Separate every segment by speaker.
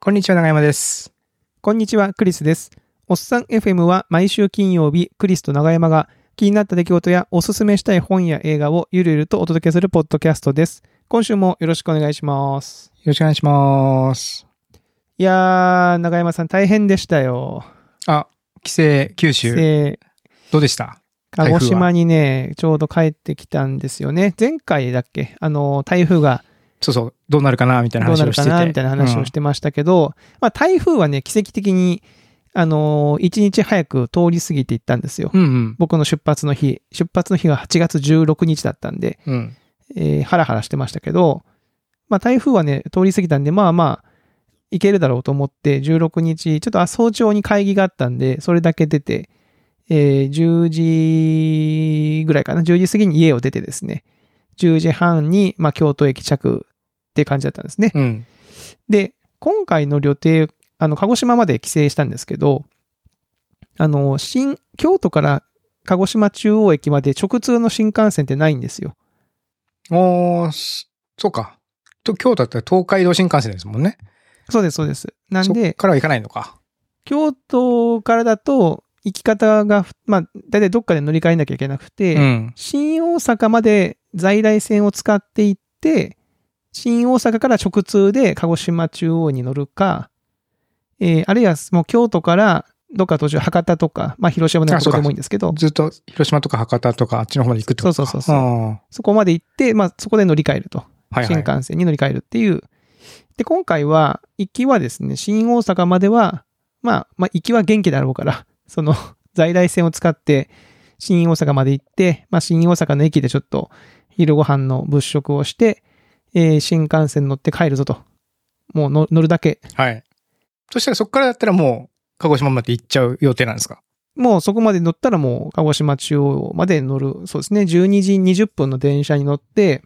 Speaker 1: こんにちは、長山です。
Speaker 2: こんにちは、クリスです。おっさん FM は毎週金曜日、クリスと長山が気になった出来事やおすすめしたい本や映画をゆるゆるとお届けするポッドキャストです。今週もよろしくお願いします。
Speaker 1: よろしくお願いします。
Speaker 2: いやー、長山さん大変でしたよ。
Speaker 1: 帰省、九州、
Speaker 2: で
Speaker 1: どうでした
Speaker 2: 鹿児
Speaker 1: 台風は
Speaker 2: 島にね、ちょうど帰ってきたんですよね。前回だっけあの、台風が
Speaker 1: そうそう、どうなるかなみたいな
Speaker 2: どう
Speaker 1: 話
Speaker 2: な
Speaker 1: を
Speaker 2: る
Speaker 1: して
Speaker 2: か
Speaker 1: て。
Speaker 2: なみたいな話をしてましたけど、まあ台風はね、奇跡的に、あのー、1日早く通り過ぎていったんですよ。
Speaker 1: うん。うん
Speaker 2: 僕の出発の日、出発の日が8月16日だったんで、
Speaker 1: うん。うん。
Speaker 2: えーハラハラしてましたけど、まあ台風はね、通り過ぎたんで、まあまあ、行けるだろうと思って、16日、ちょっとあ早朝に会議があったんで、それだけ出て、えー10時ぐらいかな、10時過ぎに家を出てですね、10時半に、まあ、京都駅着っていう感じだったんですね。
Speaker 1: うん。
Speaker 2: で、今回の旅程、あの、鹿児島まで帰省したんですけど、あの、新、京都から鹿児島中央駅まで直通の新幹線ってないんですよ。
Speaker 1: おーすそうか。と、京都だったら東海道新幹線ですもんね。
Speaker 2: そうです、そうです。なん
Speaker 1: そっ
Speaker 2: で、
Speaker 1: からは行かないのか。
Speaker 2: 京都からだと、行き方が、まあ、だいたいどっかで乗り換えなきゃいけなくて、
Speaker 1: うん。
Speaker 2: 新大阪まで在来線を使っていって、新大阪から直通で鹿児島中央に乗るか、えーあるいはもう京都からどっか途中博多とか、まあ広島でも
Speaker 1: あそ
Speaker 2: ど
Speaker 1: う
Speaker 2: こ
Speaker 1: か
Speaker 2: でもいいんですけど、
Speaker 1: ずっと広島とか博多とかあっちの方まで行くってことか。
Speaker 2: そうそうそうそう
Speaker 1: あ
Speaker 2: そこまで行って、まあそこで乗り換えると。
Speaker 1: ーはい
Speaker 2: 新
Speaker 1: はい。
Speaker 2: 幹線に乗り換えるっていう。で、今回は、行きはですね、新大阪までは、まあ、まあ、行きは元気だろうから、 その、在来線を使って、新大阪まで行って、まあ、新大阪の駅でちょっと、昼ご飯の物色をして、えー新幹線乗って帰るぞと。もうの乗るだけ。
Speaker 1: はい。そしたらそっからだったらもう、鹿児島まで行っちゃう予定なんですか
Speaker 2: もうそこまで乗ったらもう鹿児島中央まで乗る、そうですね、12時20分の電車に乗って、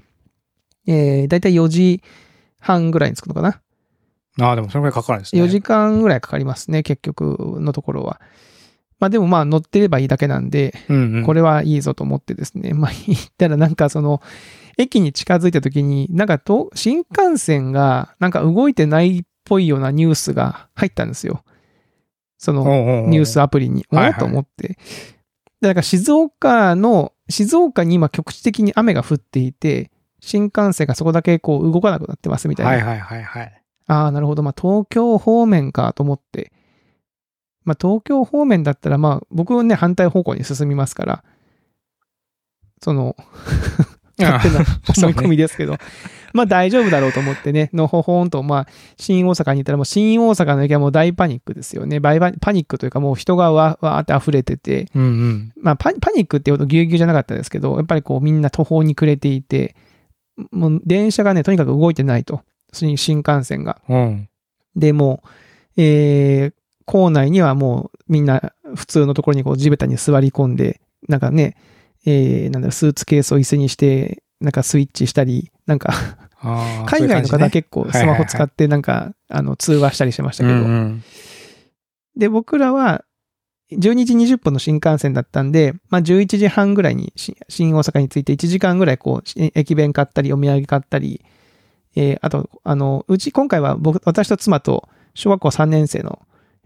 Speaker 2: えー、だいたい4時半ぐらいに着くのかな。
Speaker 1: ああ、でもそれぐらいかかるんですね。
Speaker 2: 4時間ぐらいかかりますね、結局のところは。まあでもまあ乗ってればいいだけなんで、
Speaker 1: うん、うん。
Speaker 2: これはいいぞと思ってですね。 まあ言ったらなんかその、駅に近づいた時に、なんかと新幹線がなんか動いてないっぽいようなニュースが入ったんですよ。その、ニ
Speaker 1: ニ
Speaker 2: ュースアプリに、お
Speaker 1: はいはい
Speaker 2: おと思って。で、なんか静岡の、静岡に今局地的に雨が降っていて、新幹線がそこだけこう動かなくなってますみたいな
Speaker 1: はいはいはいはい。
Speaker 2: ああ、なるほど。まあ、東京方面かと思って。まあ、東京方面だったら、まあ、僕はね、反対方向に進みますから、その、勝手な
Speaker 1: そう
Speaker 2: 思
Speaker 1: ね
Speaker 2: い込みですけど、まあ、大丈夫だろうと思ってね、のほほんと、まあ、新大阪にいたら、もう新大阪の駅はもう大パニックですよね。バイバイパニックというか、もう人がわわーって溢れてて、
Speaker 1: うんうん。
Speaker 2: まあパニ、パニックってほどぎゅうぎゅうじゃなかったですけど、やっぱりこうみんな途方に暮れていて、もう電車がね、とにかく動いてないと。新新幹線が。
Speaker 1: うん。
Speaker 2: で、もう、えー、校内にはもうみんな普通のところにこう地べたに座り込んで、なんかね、えー、なんだろう、スーツケースを椅子にして、なんかスイッチしたり、なんか、
Speaker 1: あー
Speaker 2: 海外の方は結
Speaker 1: は
Speaker 2: 構
Speaker 1: いはい
Speaker 2: ス
Speaker 1: はい
Speaker 2: マホ使ってなんか、あの、通話したりしてまし
Speaker 1: そ
Speaker 2: た
Speaker 1: うい
Speaker 2: け
Speaker 1: う
Speaker 2: ど、
Speaker 1: 感じねうんうん
Speaker 2: で、僕らは、12時20分の新幹線だったんで、まあ、11時半ぐらいにし新大阪に着いて1時間ぐらいこう、し駅弁買ったり、お土産買ったり、えーあと、あの、うち、今回は僕、私と妻と小学校3年生の、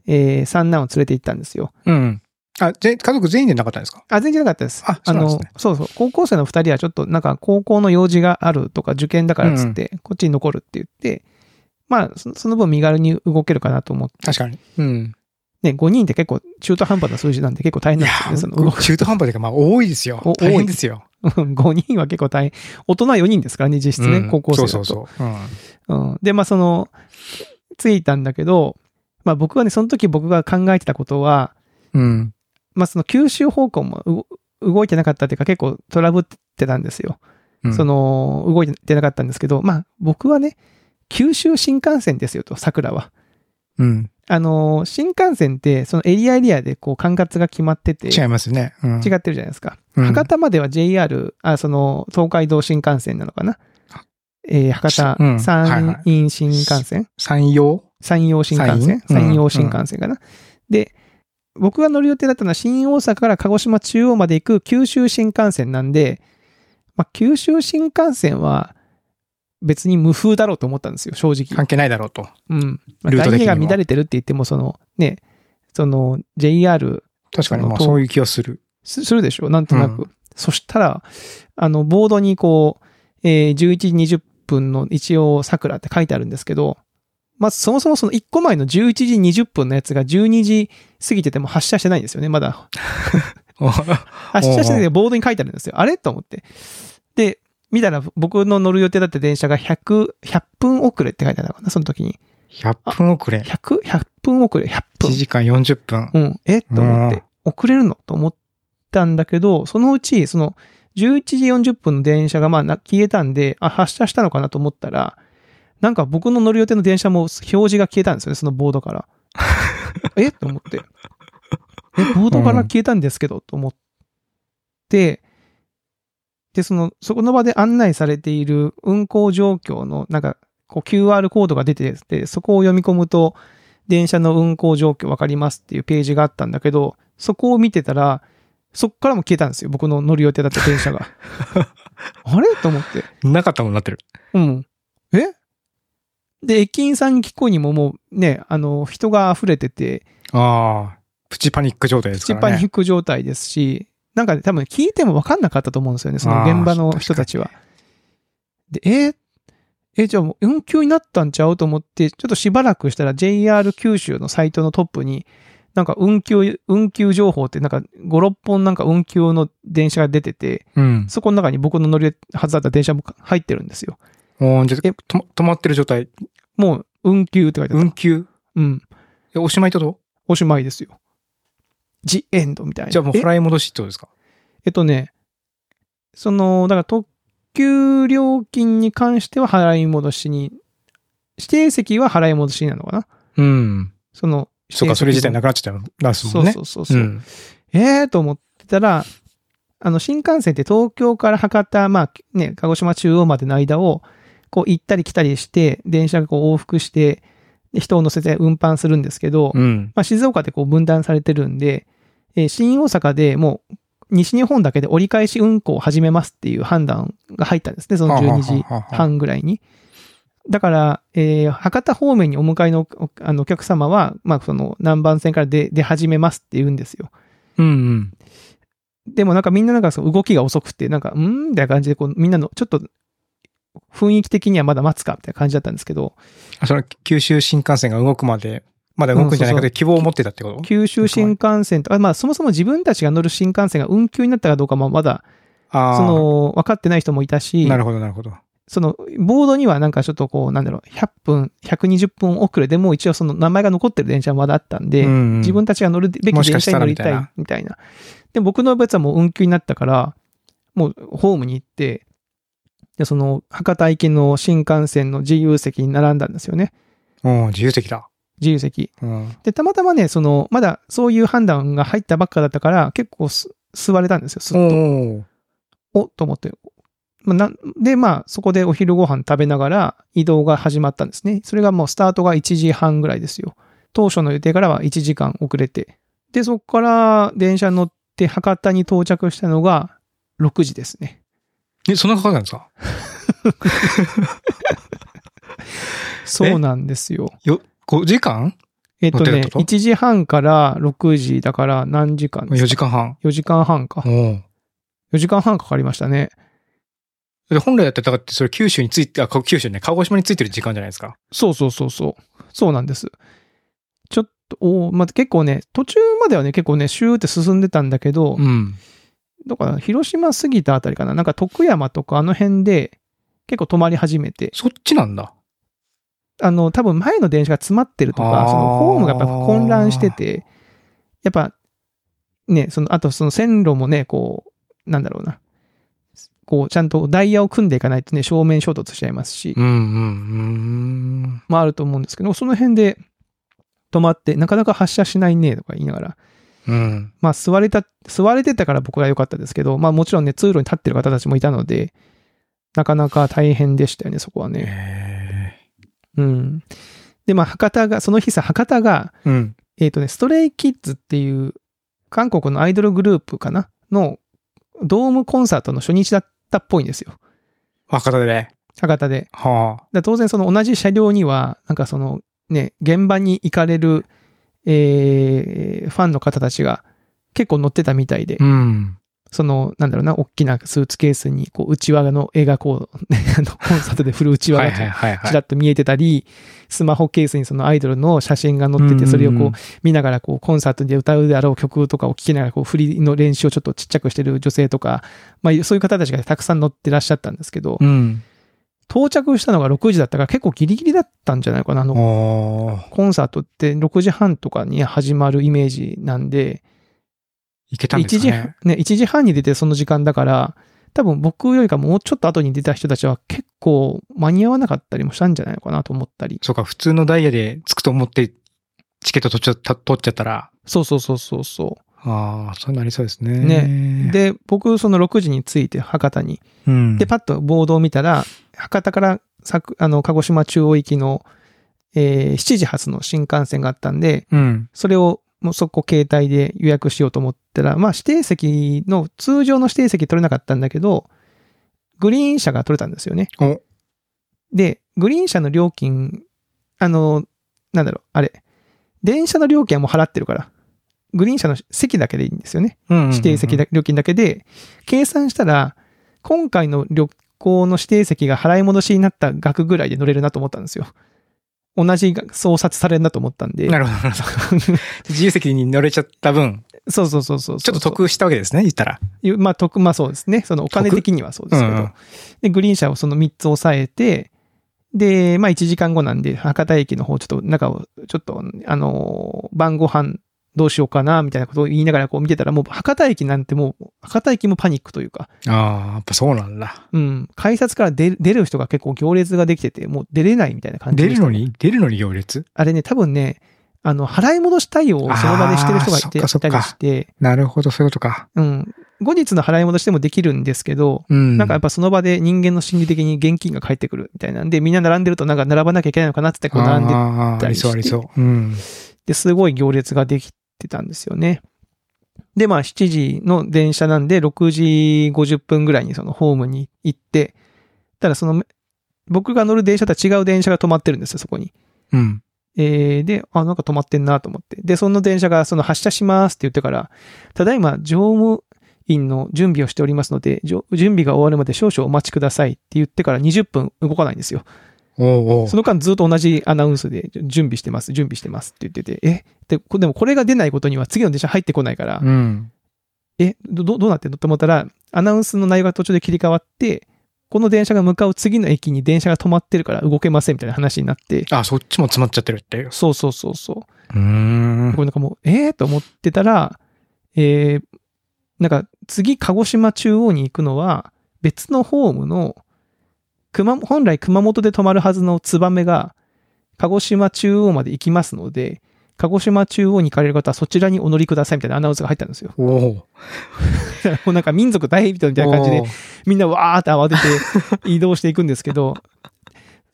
Speaker 2: えー三男を連れて行ったんですよ。
Speaker 1: うん。あ、ぜ家族全員でなかったんですか
Speaker 2: あ、全然なかったです。
Speaker 1: あそうなんですね
Speaker 2: あの、そうそう、高校生の2人はちょっとなんか高校の用事があるとか受験だからっつって、こっちに残るって言って、まあそ、その分身軽に動けるかなと思って、
Speaker 1: 確かに。うん。
Speaker 2: ね、5人って結構中途半端な数字なんで結構大変
Speaker 1: い
Speaker 2: な
Speaker 1: や
Speaker 2: んですよね、その動く
Speaker 1: ー、中途半端というか、まあ、多いですよ
Speaker 2: お。
Speaker 1: 大変ですよ。
Speaker 2: うん5人は結構大変。大人4人ですからね、実質ね、
Speaker 1: うん
Speaker 2: 高校生だと。
Speaker 1: そうそうそう。うん
Speaker 2: うんで、まあその、着いたんだけど、まあ僕はね、その時僕が考えてたことは、
Speaker 1: うん。
Speaker 2: まあその九州方向もう動いてなかったっていうか結構トラブってたんですよ。
Speaker 1: うん
Speaker 2: そ、の、動いてなかったんですけど、まあ僕はね、九州新幹線ですよと、桜は。
Speaker 1: うん。
Speaker 2: あのー、新幹線ってそのエリアエリアでこう管轄が決まってて、
Speaker 1: 違いますよね。うん
Speaker 2: 違ってるじゃないですか。
Speaker 1: うん
Speaker 2: 博多までは JR、あ、その、東海道新幹線なのかな
Speaker 1: あ。
Speaker 2: えー博多、
Speaker 1: うんはいは
Speaker 2: 山
Speaker 1: い
Speaker 2: 陰新幹線
Speaker 1: 山陽
Speaker 2: 山陽新幹
Speaker 1: 山
Speaker 2: 線
Speaker 1: 陰うん
Speaker 2: 山陽新幹線かな、で、僕が乗る予定だったのは新大阪から鹿児島中央まで行く九州新幹線なんで、まあ、九州新幹線は、別に無風だろうと思ったんですよ、正直。
Speaker 1: 関係ないだろうと。
Speaker 2: うん。まあ、
Speaker 1: ルート
Speaker 2: ダ
Speaker 1: 的
Speaker 2: イ
Speaker 1: に
Speaker 2: ヤ
Speaker 1: も
Speaker 2: が乱れてるって言っても、その、ね、その、JR
Speaker 1: 確かに、まあ
Speaker 2: その
Speaker 1: そういう気がする。
Speaker 2: すするでしょなんとなく。
Speaker 1: う
Speaker 2: そしたら、あの、ボードにこう、えー11時20分の一応桜って書いてあるんですけど、まずそもそもその1個前の11時20分のやつが12時過ぎてても発車してないんですよね、まだ。発車しててボードに書いてあるんですよ。あれと思って。で、見たら僕の乗る予定だった電車が100、100分遅れって書いてあったのかな、その時に。
Speaker 1: 100分遅れ。
Speaker 2: 100、100分遅れ、100
Speaker 1: 1
Speaker 2: 分。
Speaker 1: 時間40分。
Speaker 2: うん、えと思っ
Speaker 1: う
Speaker 2: て、遅れるのと思ったんだけど、そのうち、その、11時40分の電車がまあな消えたんで、あ、発車したのかなと思ったら、なんか僕の乗る予定の電車も表示が消えたんですよね、そのボードから。 えと思って。え、ボードから消えたんですけど、と思って、で、その、そこの場で案内されている運行状況の、なんか、こう QR コードが出てて、そこを読み込むと、電車の運行状況わかりますっていうページがあったんだけど、そこを見てたら、そこからも消えたんですよ。僕の乗る予定だった電車が。あれと思って。
Speaker 1: なかったものになってる。
Speaker 2: うん。えで、駅員さんに聞こうにももうね、あの、人が溢れてて、
Speaker 1: ああ。プチパニック状態です
Speaker 2: 口
Speaker 1: か
Speaker 2: っぱ
Speaker 1: らね。
Speaker 2: に引く状態ですし、なんかね多分聞いても分かんなかったと思うんですよね、その現場の人たちは。で、えーえ、じゃあもう運休になったんちゃうと思って、ちょっとしばらくしたら JR 九州のサイトのトップに、なんか運休、運休情報ってなんか5、6本なんか運休の電車が出てて、
Speaker 1: うん。
Speaker 2: そこの中に僕の乗るはずだった電車も入ってるんですよ。
Speaker 1: おーじゃあ
Speaker 2: え
Speaker 1: と止まってる状態。
Speaker 2: もう運休って書いてあった。
Speaker 1: 運休。
Speaker 2: うん。
Speaker 1: えおしまいってこと
Speaker 2: おしまいですよ。ジエンドみたいな。
Speaker 1: じゃあもう
Speaker 2: え
Speaker 1: 払い戻しってことですか
Speaker 2: えっとね、その、だから特急料金に関しては払い戻しに、指定席は払い戻しになるのかな
Speaker 1: うん。
Speaker 2: その、
Speaker 1: そうか、それ自体な
Speaker 2: く
Speaker 1: くなっちゃったよ。出す
Speaker 2: そ
Speaker 1: もん
Speaker 2: う
Speaker 1: ね。
Speaker 2: そうそうそう。
Speaker 1: ん。
Speaker 2: えーと思ってたら、あの、新幹線って東京から博多、まあね、鹿児島中央までの間を、こう行ったり来たりして、電車がこう往復して、で人を乗せて運搬するんですけど、
Speaker 1: うん。
Speaker 2: まあ、静岡でこう分断されてるんで、えー新大阪でもう西日本だけで折り返し運行を始めますっていう判断が入ったんですね、その12時
Speaker 1: はあはあはあはあ
Speaker 2: 半ぐらいに。だから、えー博多方面にお迎えのおあのお客様は、まあ、その南蛮線から出出始めますって言うんですよ。
Speaker 1: うんうん。
Speaker 2: でもなんかみんななんかその動きが遅くて、なんか、うーんみたいな感じで、こうみんなのちょっと雰囲気的にはまだ待つかみたいな感じだったんですけど、
Speaker 1: その九州新幹線が動くまで、まだ動くんじゃないか
Speaker 2: うんそうそ
Speaker 1: と
Speaker 2: う
Speaker 1: 希望を持ってたってこと
Speaker 2: 九州新幹線とか、まあそもそも自分たちが乗る新幹線が運休になったかどうかもまだ
Speaker 1: ああ。
Speaker 2: その、分かってない人もいたし、
Speaker 1: なるほど、なるほど。
Speaker 2: その、ボードにはなんかちょっとこう、なんだろう、100分、120分遅れでもう一応その名前が残ってる電車はまだあったんで、
Speaker 1: うんうん
Speaker 2: 自分たちが乗るべき
Speaker 1: もしか
Speaker 2: 電
Speaker 1: した
Speaker 2: 車に
Speaker 1: ら
Speaker 2: 乗りたい
Speaker 1: みたいな
Speaker 2: みたいな。で、僕のやつはもう運休になったから、もうホームに行って、でその、博多行きの新幹線の自由席に並んだんですよね。
Speaker 1: うん、自由席だ。
Speaker 2: 自由席。
Speaker 1: うん。
Speaker 2: で、たまたまね、その、まだそういう判断が入ったばっかだったから、結構す座れたんですよ、すっ
Speaker 1: お
Speaker 2: と。
Speaker 1: おー
Speaker 2: おっと思って。まあなで、まあ、そこでお昼ご飯食べながら移動が始まったんですね。それがもうスタートが1時半ぐらいですよ。当初の予定からは1時間遅れて。で、そこから電車に乗って博多に到着したのが6時ですね。
Speaker 1: え、そんなかかったんですか
Speaker 2: そうなんですよ。
Speaker 1: よ、5時間
Speaker 2: えっと
Speaker 1: 乗って
Speaker 2: ね
Speaker 1: た、と
Speaker 2: 1時半から6時だから何時間です
Speaker 1: ?4
Speaker 2: か
Speaker 1: 時間半。
Speaker 2: 4時間半か
Speaker 1: お。お。
Speaker 2: 4時間半かかりましたね。
Speaker 1: で、本来だったら、だってそれ九州について、あ、か九州ね、鹿児島についてる時間じゃないですか。
Speaker 2: そうそうそうそう。そうなんです。ちょっと、おーまあ、結構ね、途中まではね、結構ね、シューって進んでたんだけど、
Speaker 1: ん。
Speaker 2: だから広島過ぎたあたりかな。なんか徳山とかあの辺で結構止まり始めて、
Speaker 1: そっちなんだ。
Speaker 2: あの、多分前の電車が詰まってると
Speaker 1: あ
Speaker 2: か
Speaker 1: ー、
Speaker 2: そのホームがやっぱ混乱してて、やっぱ、ね、その、あとその線路もね、こう、なんだろうな。こう、ちゃんとダイヤを組んでいかないとね、正面衝突しちゃいますし、
Speaker 1: うんうんうん。
Speaker 2: まああると思うんですけど、その辺で止まって、なかなか発車しないね、とか言いながら、
Speaker 1: うん。
Speaker 2: まあ、座れた、座れてたから僕は良かったですけど、まあ、もちろんね、通路に立ってる方たちもいたので、なかなか大変でしたよね、そこはね。
Speaker 1: え
Speaker 2: うん。で、まあ、博多が、その日さ、博多が、
Speaker 1: え。うん。
Speaker 2: えっ、とね、ストレイキッズっていう、韓国のアイドルグループかなの、ドームコンサートの初日だったっぽいんですよ。
Speaker 1: 博多でね。
Speaker 2: 博多で。だか
Speaker 1: はあ。
Speaker 2: ら当然その同じ車両には、なんかそのね、現場に行かれる、えーファンの方たちが結構乗ってたみたいで、
Speaker 1: うん。
Speaker 2: その、なんだろうな、大きなスーツケースに、こう、内輪の映画こう、 あのコンサートで振る内輪
Speaker 1: はい
Speaker 2: が
Speaker 1: はいはいは
Speaker 2: ち
Speaker 1: い。
Speaker 2: らっと見えてたり、スマホケースにそのアイドルの写真が載ってて、それをこう、見ながらこうコンサートで歌うであろう曲とかを聴きながらこう振りの練習をちょっとちっちゃくしてる女性とか、まあ、そういう方たちがたくさん乗ってらっしゃったんですけど、
Speaker 1: うん。うん。
Speaker 2: 到着したのが6時だったから結構ギリギリだったんじゃないかな。あの
Speaker 1: おー
Speaker 2: コンサートって6時半とかに始まるイメージなんで、
Speaker 1: いけたんです
Speaker 2: 1
Speaker 1: か
Speaker 2: 時
Speaker 1: ね
Speaker 2: 半。ね、1時半に出てその時間だから、多分僕よりかもうちょっと後に出た人たちは結構間に合わなかったりもしたんじゃないのかなと思ったり。
Speaker 1: そうか、普通のダイヤで着くと思って、チケット取っちゃった取っちゃったら、
Speaker 2: そうそうそうそうそう。
Speaker 1: ああ、そうなりそうですね。
Speaker 2: ね。で、僕その6時に着いて博多に。
Speaker 1: うん、
Speaker 2: で、パッとボードを見たら、博多からさくあの鹿児島中央行きの、えー7時発の新幹線があったんで、
Speaker 1: うん。
Speaker 2: それをもうそこ携帯で予約しようと思ったら、まあ指定席の、通常の指定席取れなかったんだけど、グリーン車が取れたんですよね。
Speaker 1: お、
Speaker 2: で、グリーン車の料金、あの、なんだろう、あれ、電車の料金はもう払ってるから、グリーン車の席だけでいいんですよね。
Speaker 1: うん
Speaker 2: 指定席だ、料金だけで、計算したら、今回の旅行の指定席が払い戻しになった額ぐらいで乗れるなと思ったんですよ。同じが創殺されるなと思ったんで。
Speaker 1: なるほど、なるほど。 自由席に乗れちゃった分、
Speaker 2: そうそうそうそうそう。
Speaker 1: ちょっと得したわけですね、言ったら。
Speaker 2: いうまあ、得、まあそうですね。そのお金
Speaker 1: 得
Speaker 2: 的にはそうですけど。
Speaker 1: うん
Speaker 2: で、グリーン車をその3つ抑えて、で、まあ1時間後なんで、博多駅の方、ちょっと中を、ちょっと、あのー晩ご飯どうしようかな、みたいなことを言いながらこう見てたら、もう博多駅なんてもう、博多駅もパニックというか、
Speaker 1: ああ、やっぱそうなんだ。
Speaker 2: うん、改札から出る出る人が結構行列ができてて、もう出れないみたいな感じ
Speaker 1: 出
Speaker 2: でし
Speaker 1: るの
Speaker 2: た
Speaker 1: に出るのに行列
Speaker 2: あれね、多分ね、あの、払い戻し対応をその場でしてる人がいて
Speaker 1: あーそっかそ
Speaker 2: い
Speaker 1: っか
Speaker 2: たりして、
Speaker 1: なるほど、そういうことか。
Speaker 2: うん、後日の払い戻しでもできるんですけど、
Speaker 1: うん。
Speaker 2: なんかやっぱその場で人間の心理的に現金が返ってくるみたいなんで、みんな並んでるとなんか並ばなきゃいけないのかなってってこう並んで
Speaker 1: あーありそうありそう。うん。
Speaker 2: て、すごい行列ができてたんですよね。で、まあ7時の電車なんで、6時50分ぐらいにそのホームに行って、ただその、僕が乗る電車とは違う電車が止まってるんですよ、そこに。
Speaker 1: うん。
Speaker 2: えーで、あ、なんか止まってんなと思って。で、その電車がその発車しますって言ってから、ただいま乗務員の準備をしておりますので、じょ準備が終わるまで少々お待ちくださいって言ってから20分動かないんですよ。
Speaker 1: おうおう
Speaker 2: その間ずっと同じアナウンスで準備してます、準備してますって言ってて、えでこでもこれが出ないことには次の電車入ってこないから、
Speaker 1: うん。
Speaker 2: えど、どどうなってんのと思ったら、アナウンスの内容が途中で切り替わって、この電車が向かう次の駅に電車が止まってるから動けませんみたいな話になって、
Speaker 1: あ、そっちも詰まっちゃってるっていう。
Speaker 2: そうそうそうそう。
Speaker 1: うーん。
Speaker 2: これなんかもう、えー、と思ってたら、えー、なんか次、鹿児島中央に行くのは、別のホームの、熊、本来熊本で止まるはずのツバメが、鹿児島中央まで行きますので、鹿児島中央に行かれる方はそちらにお乗りくださいみたいなアナウンスが入った んですよ。
Speaker 1: おお。
Speaker 2: もうなんか民族大人みたいな感じで
Speaker 1: おう、
Speaker 2: みんなわーって慌てて移動していくんですけど、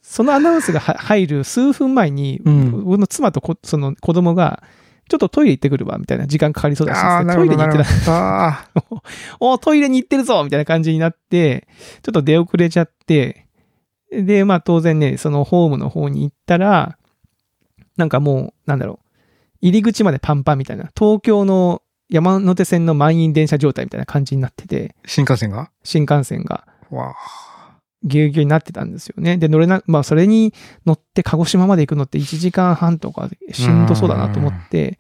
Speaker 2: そのアナウンスがは入る数分前に、
Speaker 1: うん
Speaker 2: 僕の妻とこその子供が、ちょっとトイレ行ってくるわ、みたいな時間かかりそうだし
Speaker 1: ああ、、なるほ
Speaker 2: トイレ
Speaker 1: ど。
Speaker 2: に行
Speaker 1: な
Speaker 2: って
Speaker 1: る
Speaker 2: た。
Speaker 1: ほど。ああ。
Speaker 2: おートイレに行ってるぞみたいな感じになって、ちょっと出遅れちゃって、で、まあ当然ね、そのホームの方に行ったら、なんかもう、なんだろう、入り口までパンパンみたいな、東京の山手線の満員電車状態みたいな感じになってて、
Speaker 1: 新幹線が
Speaker 2: 新幹線が。
Speaker 1: わ
Speaker 2: ぎゅうぎゅうになってたんですよね。で、乗れな、まあ、それに乗って鹿児島まで行くのって1時間半とかしんどそうだなと思って、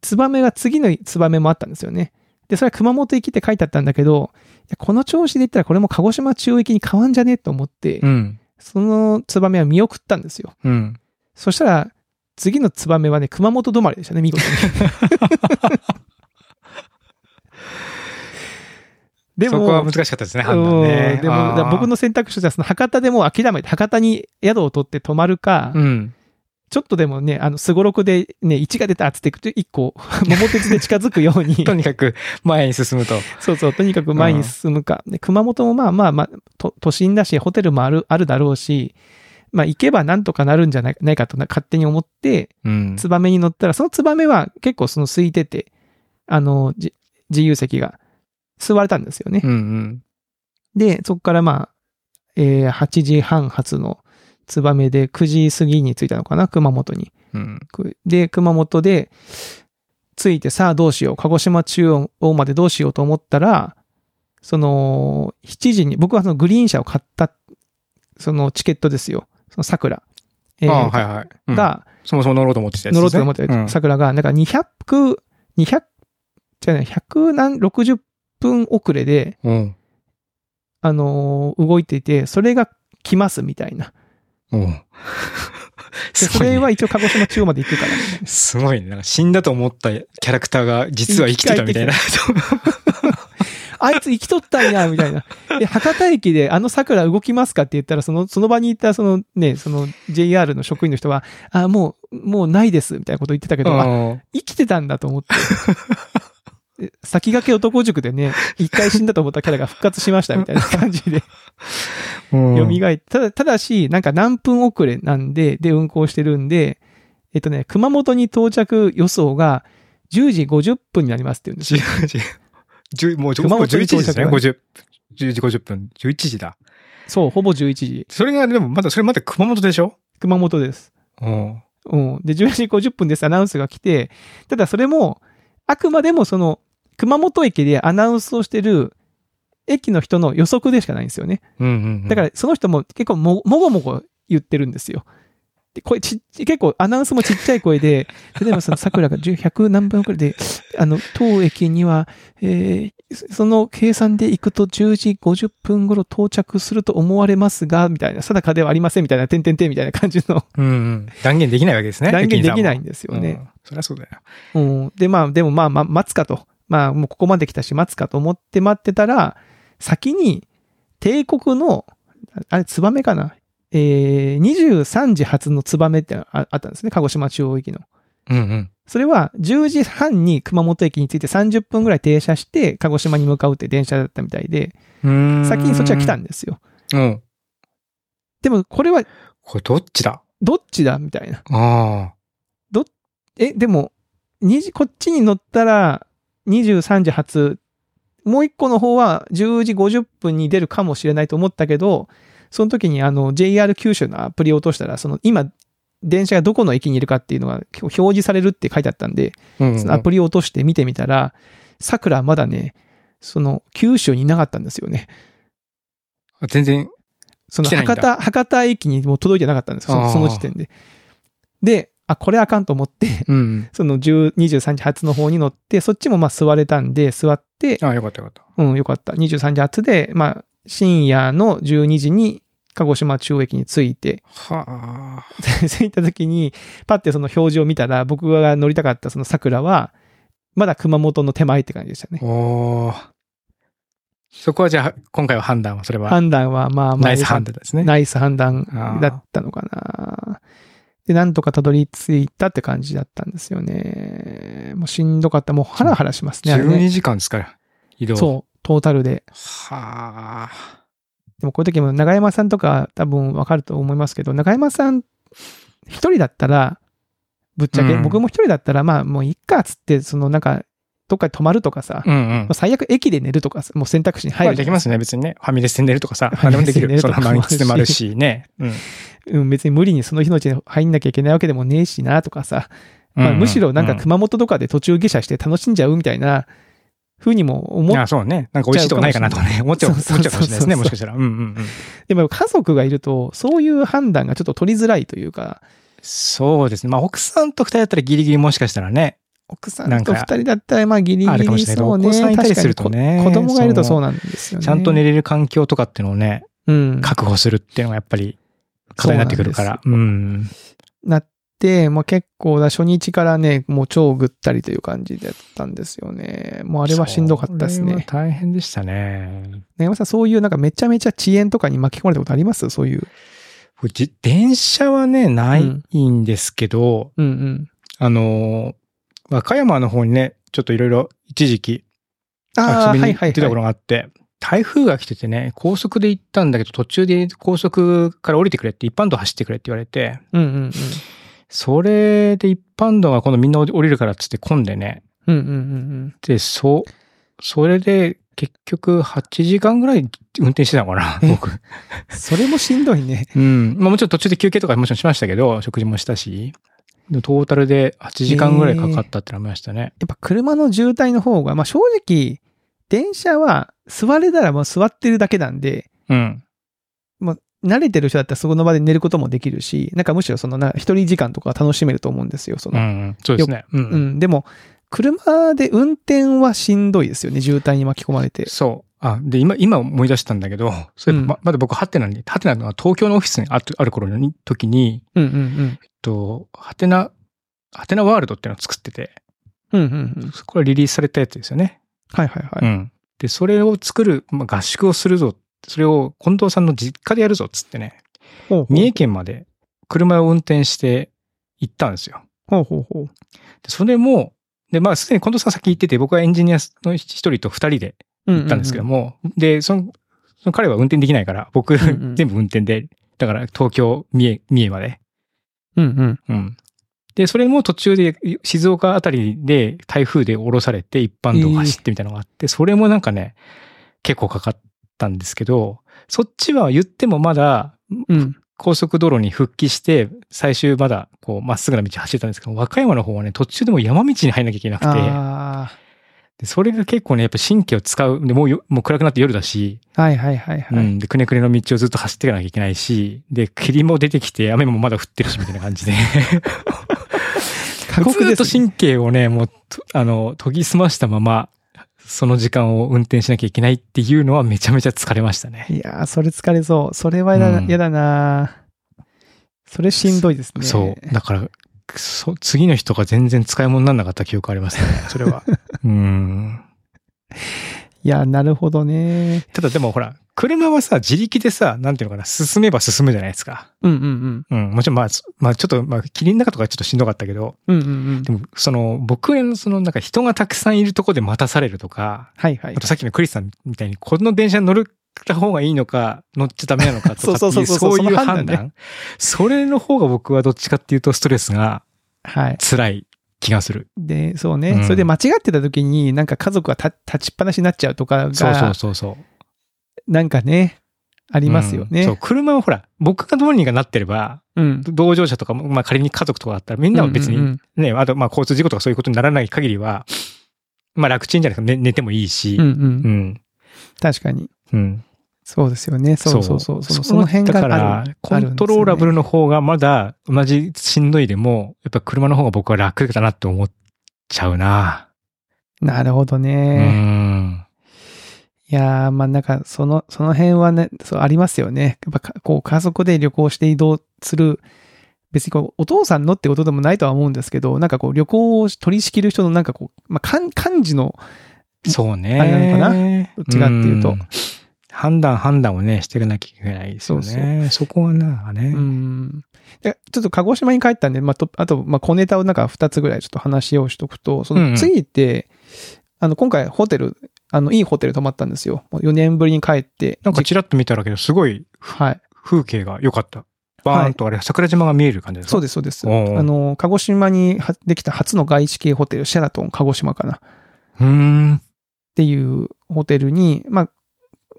Speaker 2: ツバメが次のツバメもあったんですよね。で、それは熊本行きって書いてあったんだけど、いやこの調子で言ったらこれも鹿児島中央行きに変わんじゃねえと思って、
Speaker 1: あ。うん。
Speaker 2: そのツバメは見送ったんですよ。
Speaker 1: うん。
Speaker 2: そしたら、次のツバメはね、熊本止まりでしたね、見 事に。で
Speaker 1: そこは難しかったですね、判断
Speaker 2: う
Speaker 1: ね
Speaker 2: ん。でも、
Speaker 1: あー
Speaker 2: だから僕の選択肢としては、その博多でもう諦めて、博多に宿を取って泊まるか、
Speaker 1: うん。
Speaker 2: ちょっとでもね、あの、すごろくでね、1が出たっつって、1個、 桃鉄で近づくように、
Speaker 1: とにかく前に進むと。
Speaker 2: そうそう、とにかく前に進むか。で熊本もまあまあまあ、と都心だし、ホテルもある、あるだろうし、まあ行けばなんとかなるんじゃないないかとな勝手に思って、
Speaker 1: うん。
Speaker 2: ツバメに乗ったら、そのツバメは結構その空いてて、あの、じ自由席が座れたんですよね。
Speaker 1: うんうん。
Speaker 2: で、そこからまあ、えー8時半発の燕で9時過ぎに着いたのかな、熊本に。
Speaker 1: うん。
Speaker 2: くで、熊本で着いてさあどうしよう、鹿児島中央までどうしようと思ったら、その、7時に、僕はそのグリーン車を買った、そのチケットですよ。その桜。えー
Speaker 1: ああ、はいはい。うん、
Speaker 2: が、
Speaker 1: そもそも乗ろうと思ってたやつ、ね。
Speaker 2: 乗ろうと思ってた
Speaker 1: うん
Speaker 2: 桜が、なんか200、200、じゃない、100何、60分遅れで、
Speaker 1: うん。
Speaker 2: あのー動いていて、それが来ますみたいな。
Speaker 1: うん。
Speaker 2: で、
Speaker 1: す
Speaker 2: そ
Speaker 1: ごいね
Speaker 2: れは一応鹿児島中央まで行くから。
Speaker 1: すごいね。なんか死んだと思ったキャラクターが 実は生きてたみたいな。
Speaker 2: あいつ生きとったんや、みたいな。で、博多駅であの桜動きますかって言ったら、その、その場にいた、そのね、その JR の職員の人は、あ、もう、もうないです、みたいなこと言ってたけど、あ、
Speaker 1: うん
Speaker 2: 生きてたんだと思って。 で先駆け男塾でね、一回死んだと思ったキャラが復活しましたみたいな感じで、
Speaker 1: うん
Speaker 2: 蘇って、ただ、ただし、なんか何分遅れなんで、で運行してるんで、えっとね、熊本に到着予想が10時50分になりますって言うんです
Speaker 1: 違う
Speaker 2: よ。
Speaker 1: 違うじゅ。もうじゅ
Speaker 2: 熊
Speaker 1: もう11
Speaker 2: 本に
Speaker 1: 時ですね。
Speaker 2: 到着
Speaker 1: 50。10時50分。11時だ。
Speaker 2: そう、ほぼ11時。
Speaker 1: それが、でもまだ、それまだ熊本でしょ
Speaker 2: 熊本です。
Speaker 1: うん。
Speaker 2: うん。で、14時50分です、アナウンスが来て、ただそれも、あくまでもその、熊本駅でアナウンスをしてる、駅の人の予測でしかないんですよね。
Speaker 1: うんうんうん。
Speaker 2: だから、その人も結構も、もごもご言ってるんですよ。で、これちっ、結構アナウンスもちっちゃい声で、 例えばその桜が10 100何分くらいで、あの、当駅には、えーその計算で行くと10時50分頃到着すると思われますが、みたいな、定かではありません、みたいな、てんてんてんみたいな感じの
Speaker 1: うんうん。断言できないわけですね。
Speaker 2: 断言できない
Speaker 1: 駅
Speaker 2: んですよ
Speaker 1: 員さんもう
Speaker 2: ね。
Speaker 1: んそりゃそうだよ。
Speaker 2: うん。で、まあ、でもまあ、ま、待つかと。まあ、もうここまで来たし、待つかと思って待ってたら、先に、帝国の、ああれ、ツバメかなえー、23時発のツバメってのがああったんですね。鹿児島中央駅の。
Speaker 1: うんうん。
Speaker 2: それは、10時半に熊本駅に着いて30分ぐらい停車して、鹿児島に向かうって電車だったみたいで、
Speaker 1: うーん
Speaker 2: 先にそっちは来たんですよ。
Speaker 1: うん。
Speaker 2: でも、これは、
Speaker 1: これどっちだ
Speaker 2: どっちだみたいな。
Speaker 1: あ
Speaker 2: え、でも、2時、こっちに乗ったら、23時発、もう一個の方は10時50分に出るかもしれないと思ったけど、その時にあの JR 九州のアプリを落としたら、その今、電車がどこの駅にいるかっていうのが表示されるって書いてあったんで、
Speaker 1: あ。うんうん
Speaker 2: そのアプリを落として見てみたら、桜まだね、その九州にいなかったんですよね。
Speaker 1: 全然。
Speaker 2: その
Speaker 1: 来てないんだ
Speaker 2: 博多、博多駅にもう届いてなかったんですよ、そのその時点で。で、あ、これあかんと思って、
Speaker 1: うん。
Speaker 2: その10 23時発の方に乗って、そっちもまあ座れたんで、座って、
Speaker 1: ああ、よかったよかっ
Speaker 2: うん、よかった。23時発で、まあ、深夜の12時に、鹿児島中央駅に着いて、
Speaker 1: た。はあ。
Speaker 2: 着いた時に、パッてその表示を見たら、僕が乗りたかったその桜は、まだ熊本の手前って感じでしたね。
Speaker 1: おーそこはじゃあ、今回は判断は、それは、
Speaker 2: 判断は、まあまあ、
Speaker 1: ナイス判断ですね。
Speaker 2: ナイス判断だったのかな。で、なんとかたどり着いたって感じだったんですよね。もうしんどかった。もうハラハラしますね。あれね
Speaker 1: 12時間ですから、移動。う。
Speaker 2: そう、トータルで。
Speaker 1: はあ。
Speaker 2: でもこういう時も永山さんとか多分わかると思いますけど、永山さん一人だったら、ぶっちゃけ、
Speaker 1: うん
Speaker 2: 僕も一人だったら、まあもういっかっつって、そのなんか、どっかで泊まるとかさ、
Speaker 1: う
Speaker 2: ま
Speaker 1: んうん
Speaker 2: あ。最悪駅で寝るとかさ、もう選択肢に入
Speaker 1: まあ
Speaker 2: るじ
Speaker 1: で
Speaker 2: ゃ
Speaker 1: き
Speaker 2: ん、
Speaker 1: ますね、別にね。ファミレスで寝るとかさ、
Speaker 2: ファ
Speaker 1: 何
Speaker 2: ミ
Speaker 1: でも
Speaker 2: レ
Speaker 1: できる。
Speaker 2: スで寝る
Speaker 1: その
Speaker 2: とか
Speaker 1: 満喫でもあるしね。うん
Speaker 2: うん、別に無理にその日のうちに入んなきゃいけないわけでもねえしなとかさ、まあ、
Speaker 1: うん
Speaker 2: むしろなんか
Speaker 1: う
Speaker 2: 熊本とかで途中下車して楽しんじゃうみたいな風にも思
Speaker 1: い
Speaker 2: っ
Speaker 1: や、そうね。なんか美味しいとこないかなとかね、思っちゃう、思っち
Speaker 2: そ
Speaker 1: ゃ
Speaker 2: う
Speaker 1: う
Speaker 2: そうそう
Speaker 1: かも
Speaker 2: そう
Speaker 1: しれないですね、もしかしたら。うんうんうん。
Speaker 2: でも家族がいると、そういう判断がちょっと取りづらいというか、
Speaker 1: そうですね。まあ、奥さんと二人だったらギリギリもしかしたらね。
Speaker 2: 奥さんと二人だったら、まあ、ギリ
Speaker 1: あ
Speaker 2: ギ
Speaker 1: るかも
Speaker 2: リ
Speaker 1: しれないけど
Speaker 2: そうね。
Speaker 1: お子さんいたり
Speaker 2: 確かに
Speaker 1: するとね
Speaker 2: こ子供がいるとそうなんですよね。
Speaker 1: ちゃんと寝れる環境とかっていうのをね、
Speaker 2: うん。
Speaker 1: 確保するっていうのがやっぱり課題になってくるから。うん。
Speaker 2: なって、まあ、結構だ、初日からね、もう超ぐったりという感じだったんですよね。もうあ
Speaker 1: あ
Speaker 2: れはしんどかったですね。
Speaker 1: 大変でしたね。
Speaker 2: ね山さん、そういうなんかめちゃめちゃ遅延とかに巻き込まれたことありますそういう。
Speaker 1: これじ電車はね、ないんですけど、
Speaker 2: うんうん。
Speaker 1: あのー、和歌山の方にね、ちょっといろいろ一時期
Speaker 2: ああ、
Speaker 1: 遊
Speaker 2: は
Speaker 1: び
Speaker 2: い
Speaker 1: に行
Speaker 2: はい
Speaker 1: っ
Speaker 2: は
Speaker 1: て
Speaker 2: い。
Speaker 1: た頃があって、台風が来ててね、高速で行ったんだけど、途中で高速から降りてくれって、一般道走ってくれって言われて、
Speaker 2: うんうんうん。
Speaker 1: それで一般道が今度みんな降りるからっつって混んでね、
Speaker 2: うんうんうんうん。
Speaker 1: で、そう、それで結局8時間ぐらい運転してたのかな、
Speaker 2: え
Speaker 1: 僕。
Speaker 2: それもしんどいね。
Speaker 1: うん。まあもちろん途中で休憩とかもちろんしましたけど、食事もしたし。でもトータルで8時間ぐらいかかったってなりましたね。
Speaker 2: やっぱ車の渋滞の方が、まあ正直、電車は座れたらもう座ってるだけなんで、
Speaker 1: うん。
Speaker 2: 慣れてる人だったらそこの場で寝ることもできるし、なんかむしろそのな、一人時間とか楽しめると思うんですよ、そ
Speaker 1: うんう
Speaker 2: の。
Speaker 1: ん。そうですね。う。
Speaker 2: うんん、でも、車で運転はしんどいですよね、渋滞に巻き込まれて。
Speaker 1: そう。あ、で、今、今思い出したんだけど、そういえばま、まだ僕、ハテナに、ハテナの東京のオフィスにあとある頃に、時に、
Speaker 2: うんうん
Speaker 1: えっと、ハテナ、ハテナワールドっていうのを作ってて、
Speaker 2: うん。うんうんうん。
Speaker 1: これリリースされたやつですよね。
Speaker 2: はいはいはい。
Speaker 1: うん。で、それを作る、まあ、合宿をするぞ。それを近藤さんの実家でやるぞっつってね、
Speaker 2: ほうほう
Speaker 1: 三重県まで車を運転して行ったんですよ。
Speaker 2: ほうほうほう。
Speaker 1: で、それも、で、まあ、すでに近藤さん先行ってて、僕はエンジニアの一人と二人で
Speaker 2: うんう
Speaker 1: 行ったんですけども、で、その、その彼は運転できないから、僕、
Speaker 2: んう ん
Speaker 1: 全部運転で、だから東京、三重、三重まで。
Speaker 2: うんうん。
Speaker 1: うん。で、それも途中で、静岡あたりで台風で降ろされて一般道を走ってみたいなのがあって、それもなんかね、結構かかったんですけど、そっちは言ってもまだ、
Speaker 2: うん。
Speaker 1: 高速道路に復帰して、最終まだ、こう、まっすぐな道走ってたんですけど、和歌山の方はね、途中でもう山道に入んなきゃいけなくて、
Speaker 2: あ
Speaker 1: でそれが結構ね、やっぱ神経を使う。で、もうよ、もう暗くなって夜だし、
Speaker 2: あ。はいはいはいは
Speaker 1: う
Speaker 2: い。
Speaker 1: ん。で、くねくねの道をずっと走っていかなきゃいけないし、で、霧も出てきて、雨もまだ降ってるし、みたいな感じで。
Speaker 2: 過酷
Speaker 1: ず
Speaker 2: で
Speaker 1: っと
Speaker 2: すね。
Speaker 1: 神経をね、もうと、あの、研ぎ澄ましたまま、その時間を運転しなきゃいけないっていうのはめちゃめちゃ疲れましたね。
Speaker 2: いやー、それ疲れそう。それはやだ,、
Speaker 1: うん
Speaker 2: やだなーそれしんどいですね。
Speaker 1: そう。だから、くそ次の日とか全然使い物にならなかった記憶ありますね。 それは。 うん。
Speaker 2: いやー、なるほどね。
Speaker 1: ただでもほら、車はさ、自力でさ、なんていうのかな、進めば進むじゃないですか。
Speaker 2: うんうん
Speaker 1: うん。もちろん、まあ、そまあ、ちょっと、まあ、霧の中とかちょっとしんどかったけど、
Speaker 2: うん。うんうんうん
Speaker 1: で。も、その、僕へのその、なんか人がたくさんいるとこで待たされるとか、
Speaker 2: はいはい
Speaker 1: あ。とさっきのクリスさんみたいに、この電車に乗った方がいいのか、乗っちゃダメなのかとかって
Speaker 2: そうそ
Speaker 1: いうう、
Speaker 2: そうそ
Speaker 1: そ
Speaker 2: う
Speaker 1: うい
Speaker 2: そうの
Speaker 1: 判
Speaker 2: 判断ね
Speaker 1: 断。それの方が僕はどっちかっていうとストレスが
Speaker 2: はい。
Speaker 1: 辛い気がする。
Speaker 2: で、そうね。
Speaker 1: うん
Speaker 2: それで間違ってた時に、なんか家族がた立ちっぱなしになっちゃうとかが、
Speaker 1: そうそうそうそう。
Speaker 2: なんかね、ありますよ
Speaker 1: うんそう、
Speaker 2: ね。
Speaker 1: 車はほら、僕がどうにかなってれば、
Speaker 2: うん。
Speaker 1: 同乗者とかも、まあ仮に家族とかだったら、みんなは別に、
Speaker 2: うんうんうん
Speaker 1: ね、あとまあ交通事故とかそういうことにならない限りは、まあ楽ちんじゃないですか。ね、寝てもいいし。
Speaker 2: うんうん。
Speaker 1: ん。
Speaker 2: 確かに。
Speaker 1: うん。
Speaker 2: そうですよね。そうそうそう。そのその辺が
Speaker 1: だから
Speaker 2: ある
Speaker 1: コントローラブル
Speaker 2: あるんですよね
Speaker 1: の方がまだ同じしんどいでも、やっぱ車の方が僕は楽だなって思っちゃうな。
Speaker 2: なるほど
Speaker 1: う
Speaker 2: ね。
Speaker 1: ん。
Speaker 2: いやー、まあなんか、その、その辺はね、そう、ありますよね。やっぱか、こう、家族で旅行して移動する、別にこう、お父さんのってことでもないとは思うんですけど、なんかこう、旅行を取り仕切る人のなんかこう、まあ、感、感じの、
Speaker 1: そうね。
Speaker 2: あれなのかどっちかっていうと
Speaker 1: ん判断、判断をね、していかなきゃいけないですよ
Speaker 2: そう
Speaker 1: ね。そこはな、
Speaker 2: う
Speaker 1: ね。
Speaker 2: ん。でちょっと鹿児島に帰ったんで、まあ、と、あと、まあ、小ネタをなんか2つぐらいちょっと話をしとくと、そ
Speaker 1: うんう
Speaker 2: の
Speaker 1: ん
Speaker 2: 次って、あの、今回ホテル、あの、いいホテル泊まったんですよ。もう4年ぶりに帰って。
Speaker 1: なんか
Speaker 2: じ
Speaker 1: ちらっと見たらけど、すごい
Speaker 2: はい。
Speaker 1: 風景が良かった。バーンとあれ、桜島が見える感じですか
Speaker 2: そうです、そうです。あ
Speaker 1: おう
Speaker 2: の、鹿児島にはできた初の外資系ホテル、シェラトン鹿児島かなっ
Speaker 1: うーん。
Speaker 2: ていうホテルに、まあ、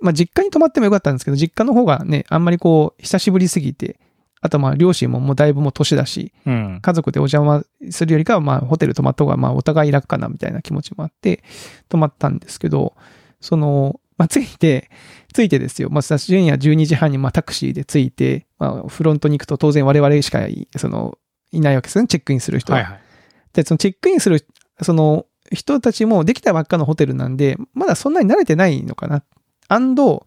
Speaker 2: まあ、実家に泊まってもよかったんですけど、実家の方がね、あんまりこう、久しぶりすぎて、あとまあ、両親ももうだいぶもう年だし、
Speaker 1: うん。
Speaker 2: 家族でお邪魔するよりかは、まあ、ホテル泊まった方が、まあ、お互い楽かな、みたいな気持ちもあって、泊まったんですけど、その、まあ、着いて、着いてですよ。まあ、私ジュニア12時半に、まあ、タクシーで着いて、まあ、フロントに行くと当然我々しかい、その、いないわけですよね、チェックインする人は
Speaker 1: はいはい。
Speaker 2: で、そのチェックインする、その人たちもできたばっかのホテルなんで、まだそんなに慣れてないのかな。アンド、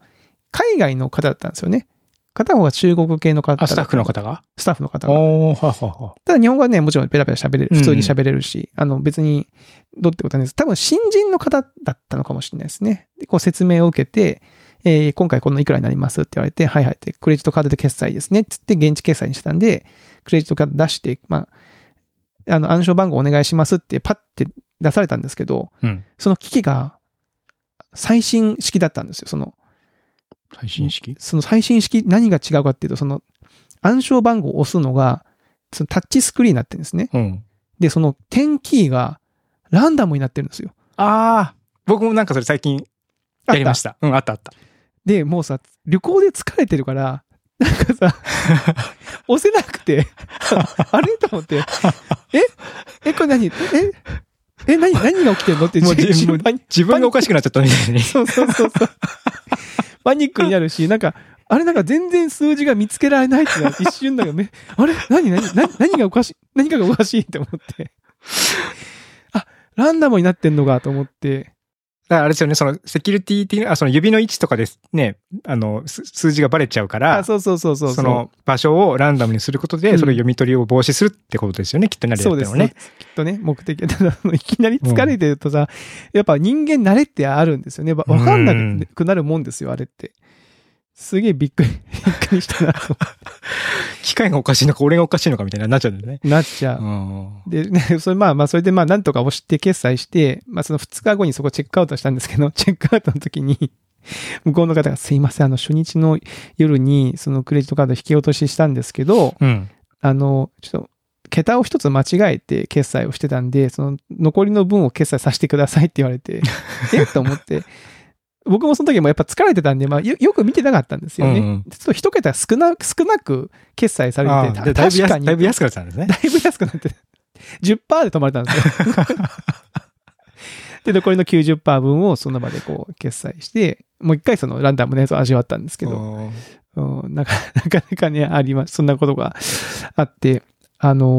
Speaker 2: 海外の方だったんですよね。片方が中国系の方だ
Speaker 1: あ、
Speaker 2: った
Speaker 1: スタッフの方が
Speaker 2: スタッフの方が。
Speaker 1: おー、ははは。
Speaker 2: ただ日本語はね、もちろんペラペラ喋れる。
Speaker 1: うん
Speaker 2: 普通に喋れるし、あの別に、どうってことはないです。多分新人の方だったのかもしれないですね。でこう説明を受けて、えー今回このいくらになりますって言われて、はいはいって、クレジットカードで決済ですねって言って現地決済にしたんで、クレジットカード出して、まあ、あの暗証番号お願いしますってパッて出されたんですけど、
Speaker 1: うん。
Speaker 2: その機器が最新式だったんですよ。その、
Speaker 1: 最新式
Speaker 2: その最新式何が違うかっていうと、その暗証番号を押すのが、そのタッチスクリーンになってるんですね。
Speaker 1: うん。
Speaker 2: で、その点キーがランダムになってるんですよ。
Speaker 1: ああ、僕もなんかそれ最近やりました。うん、あったあった。
Speaker 2: で、もうさ、旅行で疲れてるから、なん かさ、押せなくて、 あれと思って、ええ、これ何ええ、何何が起きてんのって
Speaker 1: もう
Speaker 2: 自
Speaker 1: 自
Speaker 2: 分
Speaker 1: 分
Speaker 2: パニ
Speaker 1: 自分がおかしくなっちゃったみたいに。
Speaker 2: そうそうそうそう。パニックになるし、なんか、あれなんか全然数字が見つけられないってな一瞬だけどね、あれ何何何何がおかしい何かがおかしいって思って。あ、ランダムになってんのかと思って。
Speaker 1: だ からあれですよね、そのセキュリティ的な、あその指の位置とかですね、あの、す数字がバレちゃうから、
Speaker 2: あ、そうそうそうそうう。
Speaker 1: その場所をランダムにすることで、
Speaker 2: うん
Speaker 1: それを読み取りを防止するってことですよね、きっとなりや
Speaker 2: そ
Speaker 1: っ
Speaker 2: う
Speaker 1: た
Speaker 2: です
Speaker 1: の
Speaker 2: ね。
Speaker 1: ね。
Speaker 2: きっとね、目的。 ただ、あのいきなり疲れてるとさ、やっぱ人間慣れってあるんですよね。わわかんな
Speaker 1: うん
Speaker 2: くなるもんですよ、あれって。すげえびっくり、び っくりしたなと
Speaker 1: 機械がおかしいのか、俺がおかしいのかみたいになっちゃうんだよね。
Speaker 2: なっちゃう
Speaker 1: う。ん
Speaker 2: で、ね、 それまあまあ、それでまあ、なんとか押して決済して、まあ、その2日後にそこチェックアウトしたんですけど、 チェックアウトの時に、向こうの方が、すいません、あの、初日の夜に、そのクレジットカード引き落とししたんですけど、
Speaker 1: うん。
Speaker 2: あの、ちょっと、桁を一つ間違えて決済をしてたんで、その残りの分を決済させてくださいって言わ れて、えっと思って、僕もその時もやっぱ疲れてたんで、まあよよく見てなかったんですよね。
Speaker 1: うんうん
Speaker 2: ちょっと一桁少な少なく決済され
Speaker 1: あ
Speaker 2: て
Speaker 1: ーで
Speaker 2: て、
Speaker 1: だいぶ
Speaker 2: 確
Speaker 1: 安
Speaker 2: かに。
Speaker 1: だいぶ安くなってたんですね。
Speaker 2: だいぶ安くなって、10%で止まれたんですよ。 で、残りの90%分をその場でこう決済して、もう一回そのランダムのやつを味わったんですけど、
Speaker 1: うん
Speaker 2: うん、なかなかなかね、あります。そんなことがあって、あのー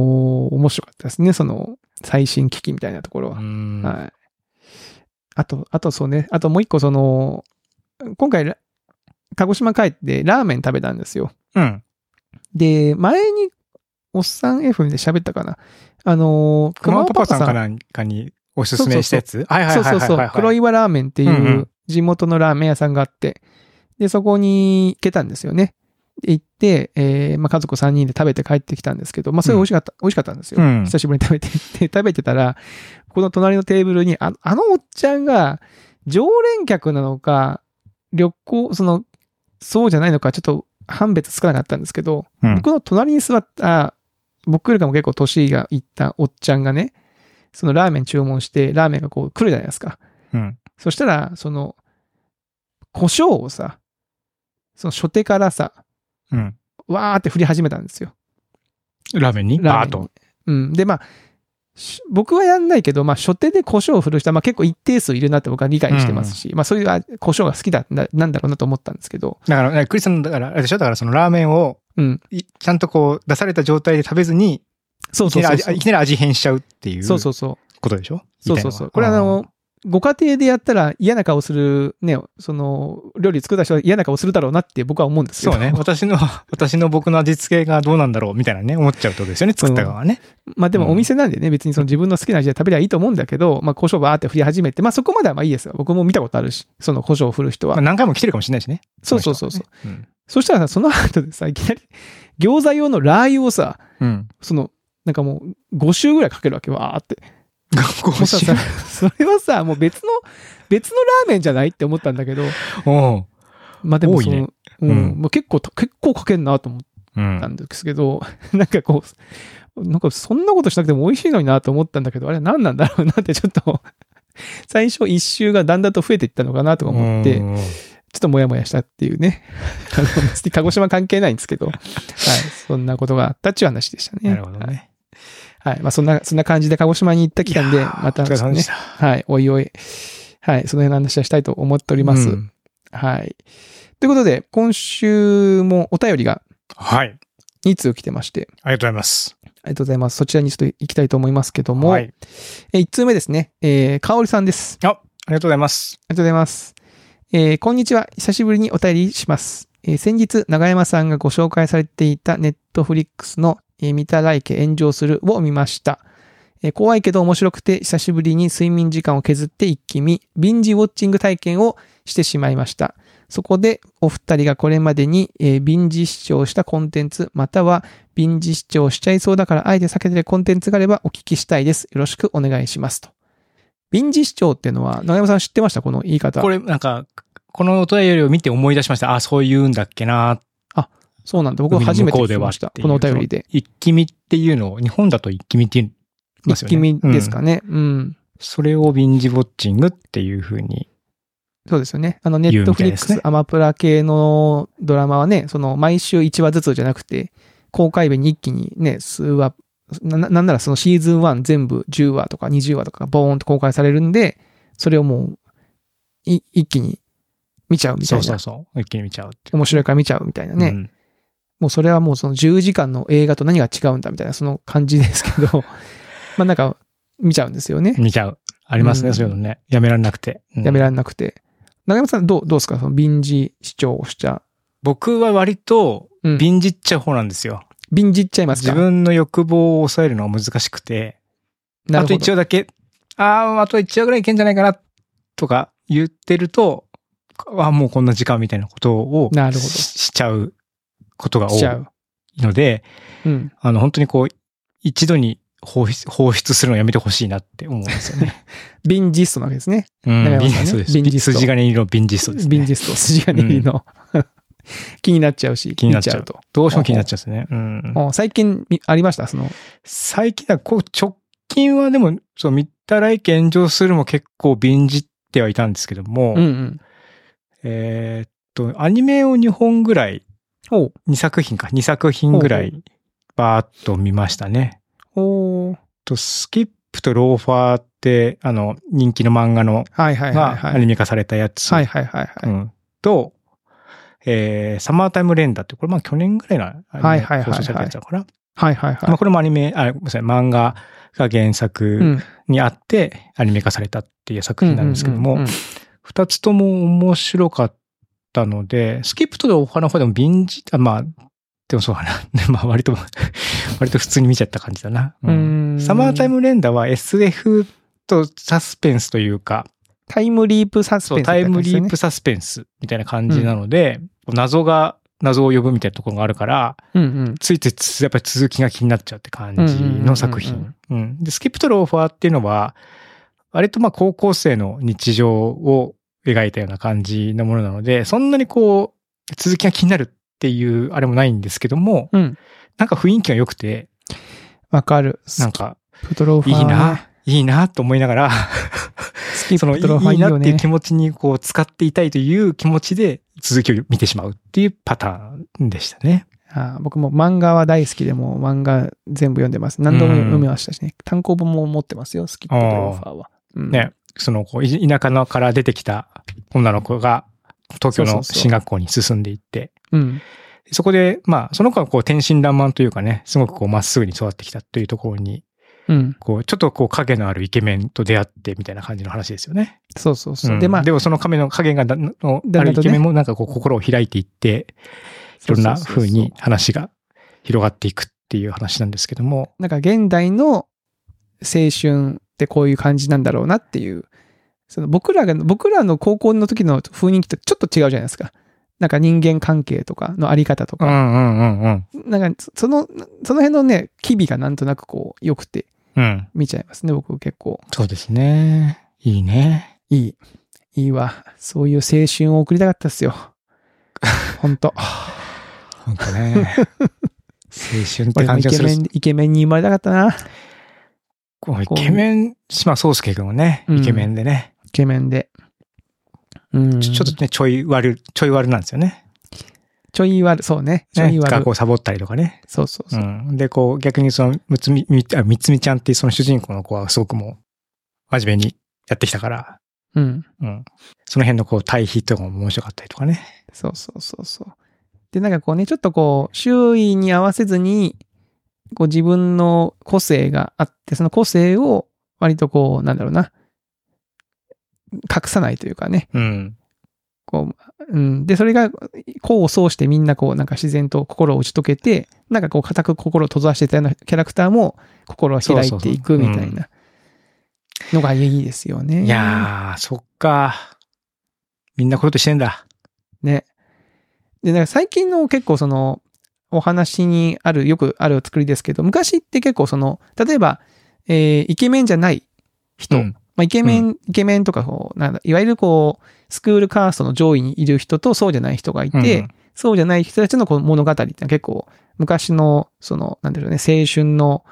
Speaker 2: 面白かったですね、その最新機器みたいなところは。
Speaker 1: うん
Speaker 2: はい。あと、あとそうね、あともう一個その、今回ら、鹿児島帰ってラーメン食べたんですよ。
Speaker 1: うん。
Speaker 2: で、前に、おっさん F で喋ったかな。あのー、
Speaker 1: 熊尾パパさんか
Speaker 2: っ
Speaker 1: なんかにおすすめしたやつはいはい
Speaker 2: そう
Speaker 1: はい
Speaker 2: そう
Speaker 1: はい
Speaker 2: そ。
Speaker 1: はいう
Speaker 2: 黒岩ラーメンってい
Speaker 1: うんう
Speaker 2: うん地元のラーメン屋さんがあって、で、そこに行けたんですよね。で行って、えーまあ、家族3人で食べて帰ってきたんですけど、まあ、それ美味しかった、美味しかったんですよ。
Speaker 1: うん
Speaker 2: 久しぶりに食べて、で、食べてたら、この隣のテーブルに、ああのおっちゃんが、常連客なのか、旅行、その、そうじゃないのか、ちょっと判別つかなかったんですけど、
Speaker 1: うん
Speaker 2: 僕の隣に座った、僕よりかも結構年がいったおっちゃんがね、そのラーメン注文して、ラーメンがこう来るじゃないですか。
Speaker 1: うん。
Speaker 2: そしたら、その、胡椒をさ、その初手からさ、
Speaker 1: うん。
Speaker 2: わーって振り始めたんですよ。
Speaker 1: ラーメンにバ
Speaker 2: ラ
Speaker 1: ー
Speaker 2: ー
Speaker 1: ッ
Speaker 2: メンに
Speaker 1: と。
Speaker 2: うん。で、まあ、し僕はやんないけど、まあ、初手で胡椒を振る人は、まあ、結構一定数いるなって僕は理解してますし、まあ、そういうあ胡椒が好きだな、なんだろうなと思ったんですけど、
Speaker 1: だからね、クリスさんだから、あれでしょだからそのラーメンを、
Speaker 2: うん。
Speaker 1: いちゃんとこう出された状態で食べずに、
Speaker 2: そう
Speaker 1: いき
Speaker 2: そう
Speaker 1: な
Speaker 2: そう
Speaker 1: り
Speaker 2: そ
Speaker 1: 味
Speaker 2: う
Speaker 1: い。きなり味変しちゃうっていう
Speaker 2: そうそうそう。
Speaker 1: ことでしょ
Speaker 2: そうそうそう。これはあ、の、ご家庭でやったら嫌な顔する、ね、その、料理作った人は嫌な顔するだろうなって僕は思うんですけ
Speaker 1: 言
Speaker 2: ど
Speaker 1: いたいのはそうね。私 の、私の僕の味付けがどうなんだろうみたいなね、思っちゃうってことですよね。作った側はね。
Speaker 2: まあでもお店なんでね、別にその自分の好きな味で食べりゃいいと思うんだけど、まあ胡椒バーって振り始めて、まあそこまではまあいいですよ。僕も見たことあるし、その胡椒を振る人
Speaker 1: ま
Speaker 2: は
Speaker 1: あ。何回も来てるかもしれないしね。
Speaker 2: そうそうそうそ
Speaker 1: う。
Speaker 2: う。
Speaker 1: うん。
Speaker 2: そしたらさ、その後でさ、いきなり餃子用のラー油をさ、
Speaker 1: うん。
Speaker 2: その、なんかもう5周ぐらいかけるわけわーって。
Speaker 1: ご
Speaker 2: もうさ、さそれはさ、もう別の、別のラーメンじゃないって思ったんだけど、
Speaker 1: おう
Speaker 2: まあでもそ
Speaker 1: 多
Speaker 2: の、
Speaker 1: いね
Speaker 2: うん、
Speaker 1: うん
Speaker 2: もう結構、結構かけんなと思っ
Speaker 1: う
Speaker 2: た
Speaker 1: ん。
Speaker 2: んですけど、 なんかこう、なんかそんなことしなくても美味しいのになと思ったんだけど、あれ何なんだろうなってちょっと、 最初一周がだんだんと増えていったのかなとか思って、ち
Speaker 1: う
Speaker 2: ょ
Speaker 1: ん
Speaker 2: っとモヤモヤしたっていうね。 あの別に鹿児島関係ないんで すけど、はい、そんなことがあったっていう話でしたね。
Speaker 1: なるほどね。
Speaker 2: はい。まあそんな、そんな感じで鹿児島に行った期間
Speaker 1: い
Speaker 2: で、
Speaker 1: やー
Speaker 2: また、
Speaker 1: お疲れ様で
Speaker 2: ね
Speaker 1: し、た。
Speaker 2: はい、おいおい、はい、その辺の話はしたいと思っております。
Speaker 1: うん
Speaker 2: はい。ということで、今週もお便りが
Speaker 1: はい。あり
Speaker 2: 2通来てまして、
Speaker 1: がとうございます。
Speaker 2: ありがとうございます。そちらにちょっと行きたいと思いますけども、
Speaker 1: はい。
Speaker 2: え1通目ですね、えー、かおりさんです。
Speaker 1: あ、ありがとうございます。
Speaker 2: ありがとうございます。えーこんにちは。久しぶりにお便りします。えー先日、長山さんがご紹介されていたネットフリックスの、えー見たらいけ炎上するを見ました。えー怖いけど面白くて久しぶりに睡眠時間を削って一気見、ビンジウォッチング体験をしてしまいました。そこで、お二人がこれまでに、えー、ビンジ視聴したコンテンツ、または、ビンジ視聴しちゃいそうだから、あえて避けてるコンテンツがあればお聞きしたいです。よろしくお願いします。と。ビンジ視聴っていうのは、長山さん知ってましたこの言い方。
Speaker 1: これなんか、このお便りを見て思い出しました。あ、そう言うんだっけなーって
Speaker 2: そうなんだ。僕は初めて聞きました。このお便りで。。
Speaker 1: 一気見っていうのを、日本だと一気見って言いますよ
Speaker 2: 一気
Speaker 1: ね。
Speaker 2: 見です
Speaker 1: う
Speaker 2: か
Speaker 1: ん
Speaker 2: ね。うん。
Speaker 1: それをビンジウォッチングっていうふうに
Speaker 2: そうですよね。あの、ネ
Speaker 1: 言
Speaker 2: ッ
Speaker 1: う
Speaker 2: ト
Speaker 1: み
Speaker 2: フ
Speaker 1: たい
Speaker 2: リッ
Speaker 1: で
Speaker 2: ク
Speaker 1: すね
Speaker 2: ス、アマプラ系のドラマはね、その、毎週1話ずつじゃなくて、公開日に一気にね、数話、な、ななんならそのシーズン1全部10話とか20話とかボーンと公開されるんで、それをもう、い、一気に見ちゃうみた
Speaker 1: そ
Speaker 2: いうな。
Speaker 1: そうそう。一気に見ちゃうっていう。
Speaker 2: 面白いから見ちゃうみたいなね。
Speaker 1: うん
Speaker 2: もうそれはもうその10時間の映画と何が違うんだみたいな、その感じですけど、 まあなんか、見ちゃうんですよね。
Speaker 1: 見ちゃう。ありますね、
Speaker 2: うん
Speaker 1: そういうのね。やめられなくて。うん
Speaker 2: やめられなくて。中山さん、どう、どうですかその、臨時視聴しちゃ
Speaker 1: 僕は割と、
Speaker 2: うん
Speaker 1: 便じっちゃう方なんですよ。
Speaker 2: 便じっちゃいますか
Speaker 1: 自分の欲望を抑えるのは難しくて、
Speaker 2: な
Speaker 1: あ
Speaker 2: る
Speaker 1: と
Speaker 2: ほど
Speaker 1: 1話だけ、ああ、あと1話ぐらいいけんじゃないかな、とか言ってると、あもうこんな時間みたいなことを
Speaker 2: なるほど
Speaker 1: ししちゃうことが多
Speaker 2: しちゃう。
Speaker 1: いので、
Speaker 2: うん。
Speaker 1: あの、本当にこう、一度に放出放出するのやめてほしいなって思うんですよ ね。
Speaker 2: 便ジストなわけですね。
Speaker 1: うん、
Speaker 2: 長山
Speaker 1: ビ
Speaker 2: さんね
Speaker 1: ンそうです。
Speaker 2: ビンジスト
Speaker 1: 筋金入りのビンジストです、ね。
Speaker 2: 便ジスト、筋金入りの。 気になっちゃうし、
Speaker 1: 気になっちゃう
Speaker 2: 見と。
Speaker 1: どうしても気になっちゃうんですね。うん。
Speaker 2: あ最近みありましたその、
Speaker 1: 最近だ、こう、直近はでも、そう、見たらい炎上するも結構ビンジってはいたんですけども、
Speaker 2: うんうん。
Speaker 1: えーっと、アニメを2本ぐらい、
Speaker 2: お
Speaker 1: 2作品か、2作品ぐら
Speaker 2: ほう
Speaker 1: い、バーっと見ましたね。
Speaker 2: おー
Speaker 1: と、スキップとローファーって、あの、人気の漫画の、
Speaker 2: はいはいはい
Speaker 1: が
Speaker 2: は
Speaker 1: ア
Speaker 2: い。
Speaker 1: ニメ化されたやつ。
Speaker 2: はいはいはいは
Speaker 1: う
Speaker 2: い。
Speaker 1: ん。と、えーサマータイムレンダーって、これまあ去年ぐらいのアニメ
Speaker 2: はいはいはいはい
Speaker 1: 放送されたやつだから、
Speaker 2: はいはい
Speaker 1: まあ
Speaker 2: は
Speaker 1: これもアニメ、あ、ごめんなさい、漫画が原
Speaker 2: い。
Speaker 1: 作にあって、アニメ化されたっていう作品なんですけども、
Speaker 2: うんうんうんうん
Speaker 1: 二つとも面白かったので、スキップとでお花の方でも便じ、あまあ、でもそうかな。 ねまあ割と、割と普通に見ちゃった感じだな。う
Speaker 2: うんーん
Speaker 1: サマータイムレンダーは SF とサスペンスというか、
Speaker 2: タイムリープサス
Speaker 1: そ
Speaker 2: ペ
Speaker 1: う、
Speaker 2: ンスみた
Speaker 1: タ
Speaker 2: い
Speaker 1: イ
Speaker 2: な
Speaker 1: ム
Speaker 2: 感じ
Speaker 1: リ
Speaker 2: ですね
Speaker 1: ープサスペンスみたいな感じなので、謎が、謎を呼ぶみたいなところがあるから、
Speaker 2: うんうん。
Speaker 1: ついてつ、やっぱり続きが気になっちゃうって感じの作品。うんで、スキップとローファーっていうのは、割とまあ高校生の日常を描いたような感じのものなので、そんなにこう、続きが気になるっていうあれもないんですけども、
Speaker 2: うん。
Speaker 1: なんか雰囲気が良くて、
Speaker 2: わかる。
Speaker 1: なんか
Speaker 2: スキップトローフ
Speaker 1: い
Speaker 2: ァー。
Speaker 1: いな、いいなと思いながら、
Speaker 2: スキッ
Speaker 1: その
Speaker 2: プトローファー
Speaker 1: いい
Speaker 2: いい
Speaker 1: な
Speaker 2: よ
Speaker 1: っていう
Speaker 2: ね
Speaker 1: 気。持ちにこう使っていたいという気持ちで続きを見てしまうっていうパターンでしたね。
Speaker 2: あー僕も漫画は大好きで、もう漫画全部読んでます。何度も読みましたしね。単行本も持ってますよ、スキップトローファーは。うん
Speaker 1: ね。そのこうい田舎のから出てきた女の子が東京
Speaker 2: そうそ
Speaker 1: の
Speaker 2: うそう
Speaker 1: 進学校に進んでいって、
Speaker 2: うん。
Speaker 1: そこでまあその子はこう天真爛漫というかね、すごくこうまっすぐに育ってきたというところに、
Speaker 2: うん。
Speaker 1: こうちょっとこう影のあるイケメンと出会ってみたいな感じの話ですよね。
Speaker 2: そうそうそう。
Speaker 1: うん
Speaker 2: で、まあ、
Speaker 1: でもその影の影がだの
Speaker 2: だ
Speaker 1: あ
Speaker 2: ん
Speaker 1: る
Speaker 2: だん
Speaker 1: イ
Speaker 2: とね
Speaker 1: ケメンもなんかこう心を開いていって、いろんな
Speaker 2: そうそうそうそう
Speaker 1: 風に。話が広がっていくっていう話なんですけども、
Speaker 2: なんか現代の青春ってこういう感じなんだろうなっていう。その僕らが、僕らの高校の時の雰囲気とちょっと違うじゃないですか。なんか人間関係とかのあり方と
Speaker 1: うんう
Speaker 2: か。
Speaker 1: んうんうん。
Speaker 2: なんかそその、その辺のね、機微がなんとなくこう、良くて
Speaker 1: うん。
Speaker 2: 見ちゃいますね、僕結構。
Speaker 1: そうですね。いいね。
Speaker 2: いい。いいわ。そういう青春を送りたかった っすよ。ほんと。
Speaker 1: 本当ね。青春って
Speaker 2: 俺も
Speaker 1: 感
Speaker 2: イ
Speaker 1: じが
Speaker 2: ケ
Speaker 1: する
Speaker 2: メ。ン、イケメンに生まれたかったな。
Speaker 1: こうイケメン、島宗介君もね、
Speaker 2: うん
Speaker 1: イケメンでね、
Speaker 2: イケメンで。うん。
Speaker 1: ちょちょっとね、ちょい悪い、ちょい悪なんですよね。
Speaker 2: ちょい悪、そうね。ちょ
Speaker 1: ね
Speaker 2: い悪
Speaker 1: 学。校サボったりとかね。
Speaker 2: そうそう
Speaker 1: う
Speaker 2: そう。
Speaker 1: ん、で、こう、逆にその、むつみ、みあみつみちゃんっていうその主人公の子はすごくもう、真面目にやってきたから、
Speaker 2: うん。
Speaker 1: うん。その辺のこう、対比とかも面白かったりとかね。
Speaker 2: そうそうそうそう。で、なんかこうね、ちょっとこう、周囲に合わせずに、こう自分の個性があって、その個性を割とこう、なんだろうな、隠さないというかね、
Speaker 1: うん。
Speaker 2: こう、うん。で、それが、功を奏してみんなこう、なんか自然と心を打ち解けて、なんかこう、固く心を閉ざしてたようなキャラクターも、心を開いていくみたいなのがいいですよね。
Speaker 1: いやー、そっか。みんなこういうことしてんだ。
Speaker 2: ね。で、なんか最近の結構その、お話にある、よくある作りですけど、昔って結構その、例えば、えーイケメンじゃない人、
Speaker 1: うん
Speaker 2: まあ、イケメン、
Speaker 1: う
Speaker 2: イケメンとかこう、なんだ、いわゆるこう、スクールカーストの上位にいる人とそうじゃない人がいて、
Speaker 1: うん
Speaker 2: そうじゃない人たちのこの物語ってのは結構昔の、その、なんだろうね、青春の、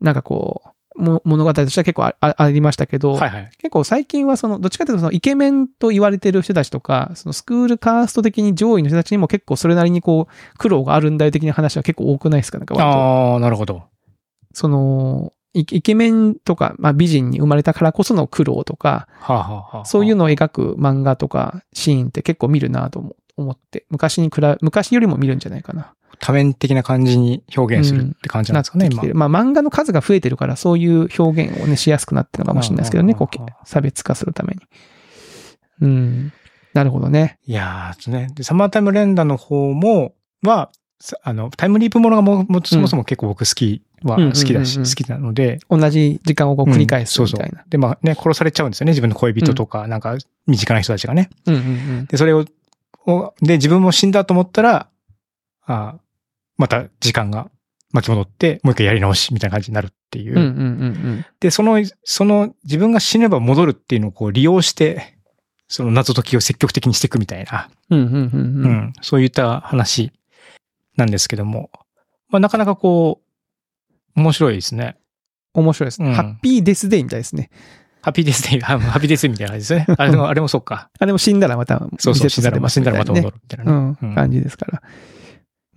Speaker 2: なんかこう、も物語としては結構ああありましたけど、
Speaker 1: はいはい。
Speaker 2: 結構最近はその、どっちかというとそのイケメンと言われてる人たちとか、そのスクールカースト的に上位の人たちにも結構それなりにこう、苦労があるんだよ的な話は結構多くないですかなんか割と。
Speaker 1: ああ、なるほど。
Speaker 2: その、イイケメンとか、まあ美人に生まれたからこその苦労とか、
Speaker 1: はあ、はあはあはあ、
Speaker 2: そういうのを描く漫画とかシーンって結構見るなと思思って、昔に比べ、昔よりも見るんじゃないかな。
Speaker 1: 多面的な感じに表現するって感じなんですかね、
Speaker 2: ってき
Speaker 1: 今
Speaker 2: て。るまあ漫画の数が増えてるから、そういう表現をね、しやすくなってるのかもしれないですけどね、
Speaker 1: うん
Speaker 2: こう、差別化するために。うん。なるほどね。
Speaker 1: いやー、ね。で、サマータイム連打の方も、は、さあの、タイムリープものがも、も、そもそも結構僕好きは、
Speaker 2: うんうんうんうん
Speaker 1: 好きだし、好きなので、
Speaker 2: 同じ時間をこう繰り返すみた
Speaker 1: う
Speaker 2: い
Speaker 1: んそう
Speaker 2: な
Speaker 1: そ。う。で、まあね、殺されちゃうんですよね。自分の恋人とか、なんか、身近な人たちがね。
Speaker 2: うんうんうん。
Speaker 1: で、それを、をで、自分も死んだと思ったら、あーまた時間が巻き戻って、もう一回やり直しみたいな感じになるっていう。
Speaker 2: うんうんうん
Speaker 1: で、その、その、自分が死ねば戻るっていうのをこう利用して、その謎解きを積極的にしていくみたいな。
Speaker 2: うん。うんうんうん
Speaker 1: う
Speaker 2: うん。
Speaker 1: ん、そういった話なんですけども、まあ、なかなかこう、面白いですね。
Speaker 2: 面白いです
Speaker 1: う
Speaker 2: ね。
Speaker 1: ん
Speaker 2: ハッピーデスデイみたいですね。
Speaker 1: ハッピーデスデイ、あハッピーデスデイみたいな感じですね。あれでも、あれもそうか。
Speaker 2: あ、でも死んだらまた、
Speaker 1: そうそう、
Speaker 2: リセ
Speaker 1: 死
Speaker 2: ット
Speaker 1: んだ
Speaker 2: され
Speaker 1: ら、
Speaker 2: ます
Speaker 1: 死ん
Speaker 2: み
Speaker 1: だ
Speaker 2: た
Speaker 1: らま
Speaker 2: いな
Speaker 1: た
Speaker 2: ね
Speaker 1: 戻るみたいな
Speaker 2: う
Speaker 1: ね。
Speaker 2: ん
Speaker 1: うん
Speaker 2: 感じですから。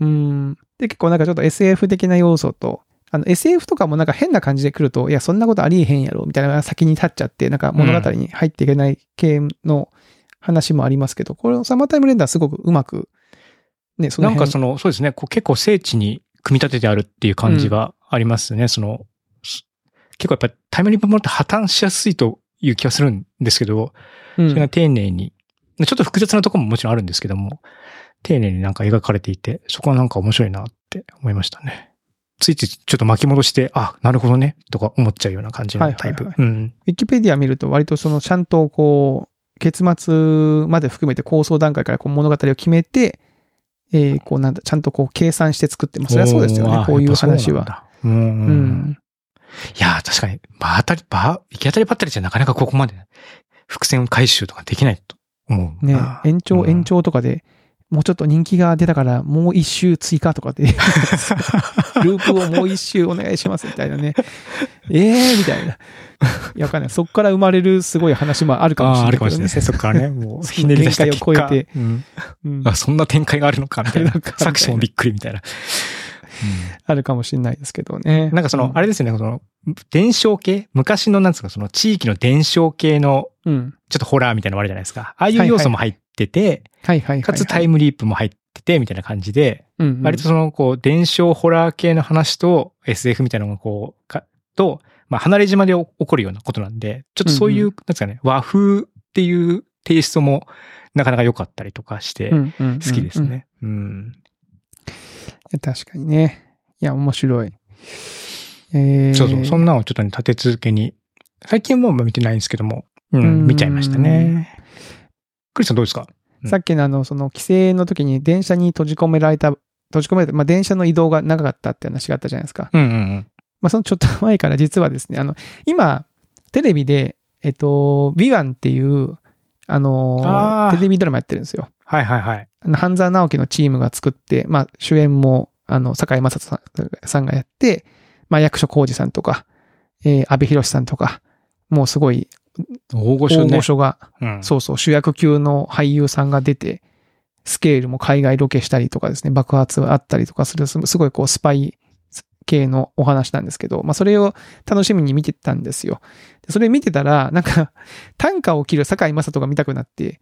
Speaker 2: うん。で、結構なんかちょっと SF 的な要素と、あの SF とかもなんか変な感じで来ると、いや、そんなことありえへんやろ、みたいなのが先に立っちゃって、なんか物語に入っていけない系の話もありますけど、これのサマータイムレンダーすごくうまく、ね、その
Speaker 1: なんか
Speaker 2: 辺
Speaker 1: その、そうですね、こう結構聖地に組み立ててあるっていう感じはありますね。その、す結構やっぱタイムリープものって破綻しやすいという気がするんですけど、
Speaker 2: うん
Speaker 1: それが丁寧に、ちょっと複雑なところももちろんあるんですけども、丁寧になんか描かれていて、そこはなんか面白いなって思いましたね。ついついちょっと巻き戻して、あ、なるほどね、とか思っちゃうような感じのタイプ。
Speaker 2: はい
Speaker 1: うん。
Speaker 2: ウィキペディア見ると割とそのちゃんとこう、結末まで含めて構想段階からこう物語を決めて、えーこうなんだ、ちゃんとこう計算して作ってます。それはそうですよ
Speaker 1: おー
Speaker 2: ね、こういう話。
Speaker 1: あやっ
Speaker 2: は。
Speaker 1: ぱそうなんだうん
Speaker 2: う
Speaker 1: うんうん。
Speaker 2: ん。
Speaker 1: いやー、確かに、場当たり、場、行き当たりばったりじゃなかなかここまで、伏線回収とかできないと思う
Speaker 2: ね
Speaker 1: な。、
Speaker 2: 延長
Speaker 1: うん
Speaker 2: 延。長とかで、もうちょっと人気が出たから、もう一周追加と かで、ループをもう一周お願いしますみたいなね。ええー、みたいな。いや、わかんない。そこから生まれるすごい話もあるかもし
Speaker 1: ああー、あ
Speaker 2: れな
Speaker 1: る
Speaker 2: いけ
Speaker 1: か
Speaker 2: ど、
Speaker 1: もしれないで
Speaker 2: ね。
Speaker 1: すね。そっからね、もう、
Speaker 2: そ の
Speaker 1: ひねり出した結果
Speaker 2: 限界を超えて
Speaker 1: うん
Speaker 2: うん
Speaker 1: あ、そんな展開があるのか、みたいな
Speaker 2: あるの かみたい。な
Speaker 1: 作者もびっくりみたいな。
Speaker 2: あるかもしれないですけどね。
Speaker 1: なんかその、あ
Speaker 2: れ、
Speaker 1: れですよね、その、伝承系昔の、なんですか、その地域の伝承系の、
Speaker 2: うん。
Speaker 1: ちょっとホラーみたいなのあるじゃないですか。ああいう要素も入ってて、
Speaker 2: はいはいはい、はい。
Speaker 1: かつタイムリープも入ってて、みたいな感じで、
Speaker 2: うんうん、
Speaker 1: 割とその、こう、伝承ホラー系の話と SF みたいなのがこう、か、と、まあ、離れ島で起こるようなことなんで、ちょっとそういう、
Speaker 2: うん
Speaker 1: な
Speaker 2: う
Speaker 1: んですかね、和風っていうテイストもなかなか良かったりとかして、
Speaker 2: うんうんうんうん
Speaker 1: 好きです。ね。うん。
Speaker 2: いや確かにね。いや、面白い。えー、
Speaker 1: そうそう、そんなのをちょっとね、立て続けに、最近はもう見てないんですけども、う、
Speaker 2: うんん
Speaker 1: 見ちゃいましたね。クリスさんどうですか
Speaker 2: さっきのあの、その帰省の時に電車に閉じ込められた、閉じ込められた、まあ電車の移動が長かったって話があったじゃないですか。
Speaker 1: うんうん
Speaker 2: まあそのちょっと前から実はですね、あの、今、テレビで、えっと、ビワンっていう、あの
Speaker 1: あー
Speaker 2: テレビドラマやってるんですよ。
Speaker 1: はいはいはい。
Speaker 2: あの、半沢直樹のチームが作って、まあ主演も、あの、坂井正人さんさんがやって、まあ役所広司さんとか、えー、安部寛さんとか、もうすごい
Speaker 1: 大御所
Speaker 2: 大
Speaker 1: ね。
Speaker 2: 御所が、
Speaker 1: うん。
Speaker 2: そうそう、主役級の俳優さんが出て、スケールも海外ロケしたりとかですね、爆発があったりとかする、すすごいこうスパイ系のお話なんですけど、まあそれを楽しみに見てたんですよ。でそれ見てたら、なんか、短歌を切る堺雅人が見たくなって、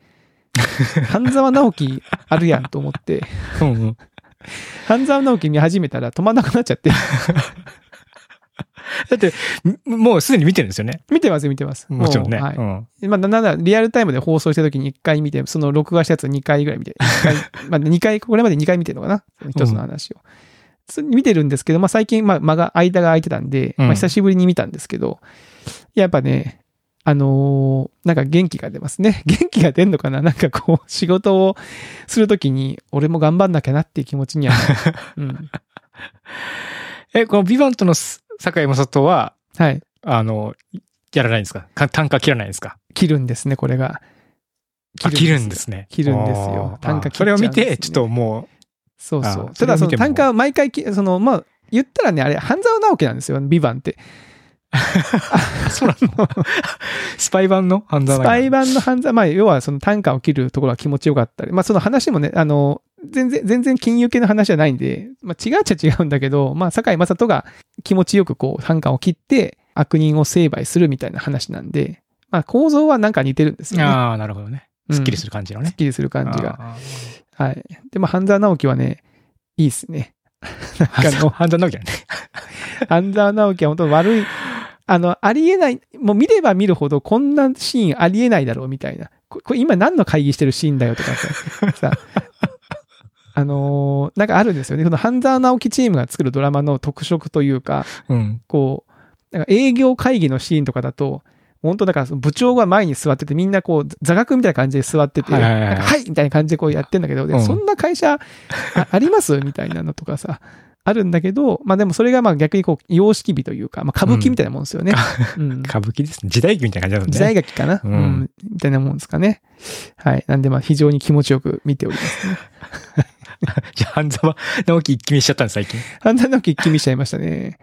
Speaker 2: 半沢直樹あるやんと思って、
Speaker 1: うんうん。
Speaker 2: 半沢直樹見始めたら止まんなくなっちゃって、
Speaker 1: だって、んもうすでに見てるんですよね。
Speaker 2: 見てます見てます。
Speaker 1: もちろんね。。
Speaker 2: うはいう
Speaker 1: ん。
Speaker 2: まあ、ななんだ、リアルタイムで放送した時に1回見て、その録画したやつを2回ぐらい見て、一回 まあ、2回、これまで2回見てるのかなその一つの話を。つ見てるんですけど、まあ、最近、まあ、間が、間が空いてたんで、ま
Speaker 1: う
Speaker 2: あ、
Speaker 1: ん
Speaker 2: 久しぶりに見たんですけど、やっぱね、あのーなんか元気が出ますね。 元気が出んのかななんかこう、仕事をするときに、俺も頑張んなきゃなっていう気持 ちにはなる。うん。
Speaker 1: え、このビバントのす坂井雅人は、
Speaker 2: はい。
Speaker 1: あの、やらないんですかか単価切らないんですか
Speaker 2: 切るんですね、これが。
Speaker 1: あ切るんで。すね。
Speaker 2: 切るんですよ
Speaker 1: あー
Speaker 2: 単価切っち
Speaker 1: そ
Speaker 2: ゃ
Speaker 1: れ
Speaker 2: うん
Speaker 1: を
Speaker 2: ですね
Speaker 1: 見て、ちょっとも
Speaker 2: そうそ
Speaker 1: ああ
Speaker 2: う。ただそ
Speaker 1: それを見
Speaker 2: の
Speaker 1: ても
Speaker 2: 単価は毎回き、その、まあ、言ったらね、あれ、半沢直樹なんですよ、ビバンって。
Speaker 1: そうな のスパイ版の半沢
Speaker 2: ス
Speaker 1: な
Speaker 2: パ
Speaker 1: い
Speaker 2: イ版の犯罪、まあ、要はその単価を切るところは気持ちよかったり、まあ、その話もね、あの、全然、全然金融系の話じゃないんで、まあ、違うっちゃ違うんだけど、まあ、堺井雅人が気持ちよくこう、単価を切って、悪人を成敗するみたいな話なんで、まあ、構造はなんか似てるんですよね。
Speaker 1: ああ、なるほどね。すっきりす
Speaker 2: る。
Speaker 1: る感じの
Speaker 2: すっ
Speaker 1: ね。
Speaker 2: きりする感じが。
Speaker 1: が。
Speaker 2: はい。でも、半沢直樹はね、いいっすね。なんかあの、
Speaker 1: 半沢直樹だね。
Speaker 2: 半沢直樹は本当悪い、あの、ありえない、もう見れば見るほどこんなシーンありえないだろうみたいな。ここれ今何の会議してるシーンだよとかさ、 さあのーなんかあるんですよね。この半沢直樹チームが作るドラマの特色というか、
Speaker 1: うん。
Speaker 2: こう、なんか営業会議のシーンとかだと、本当だからその部長が前に座ってて、みんなこう座学みたいな感じで座ってて、
Speaker 1: はいはいはい
Speaker 2: なんかはいみたいな感じでこうやってんだけど、で
Speaker 1: うん
Speaker 2: そんな会社あ ありますみたいなのとかさ、あるんだけど、まあでもそれがまあ逆にこう様式美というか、まあ歌舞伎みたいなもんですよね。うん
Speaker 1: 歌舞伎ですね。時代劇みたいな感じだもんね。
Speaker 2: 時代劇かな、
Speaker 1: う
Speaker 2: うんん、みたいなもんですかね。はい。なんでまあ非常に気持ちよく見ております。
Speaker 1: じゃあ、半沢直樹一気見しちゃったんです、最近。
Speaker 2: 半沢直樹一気見しちゃいましたね。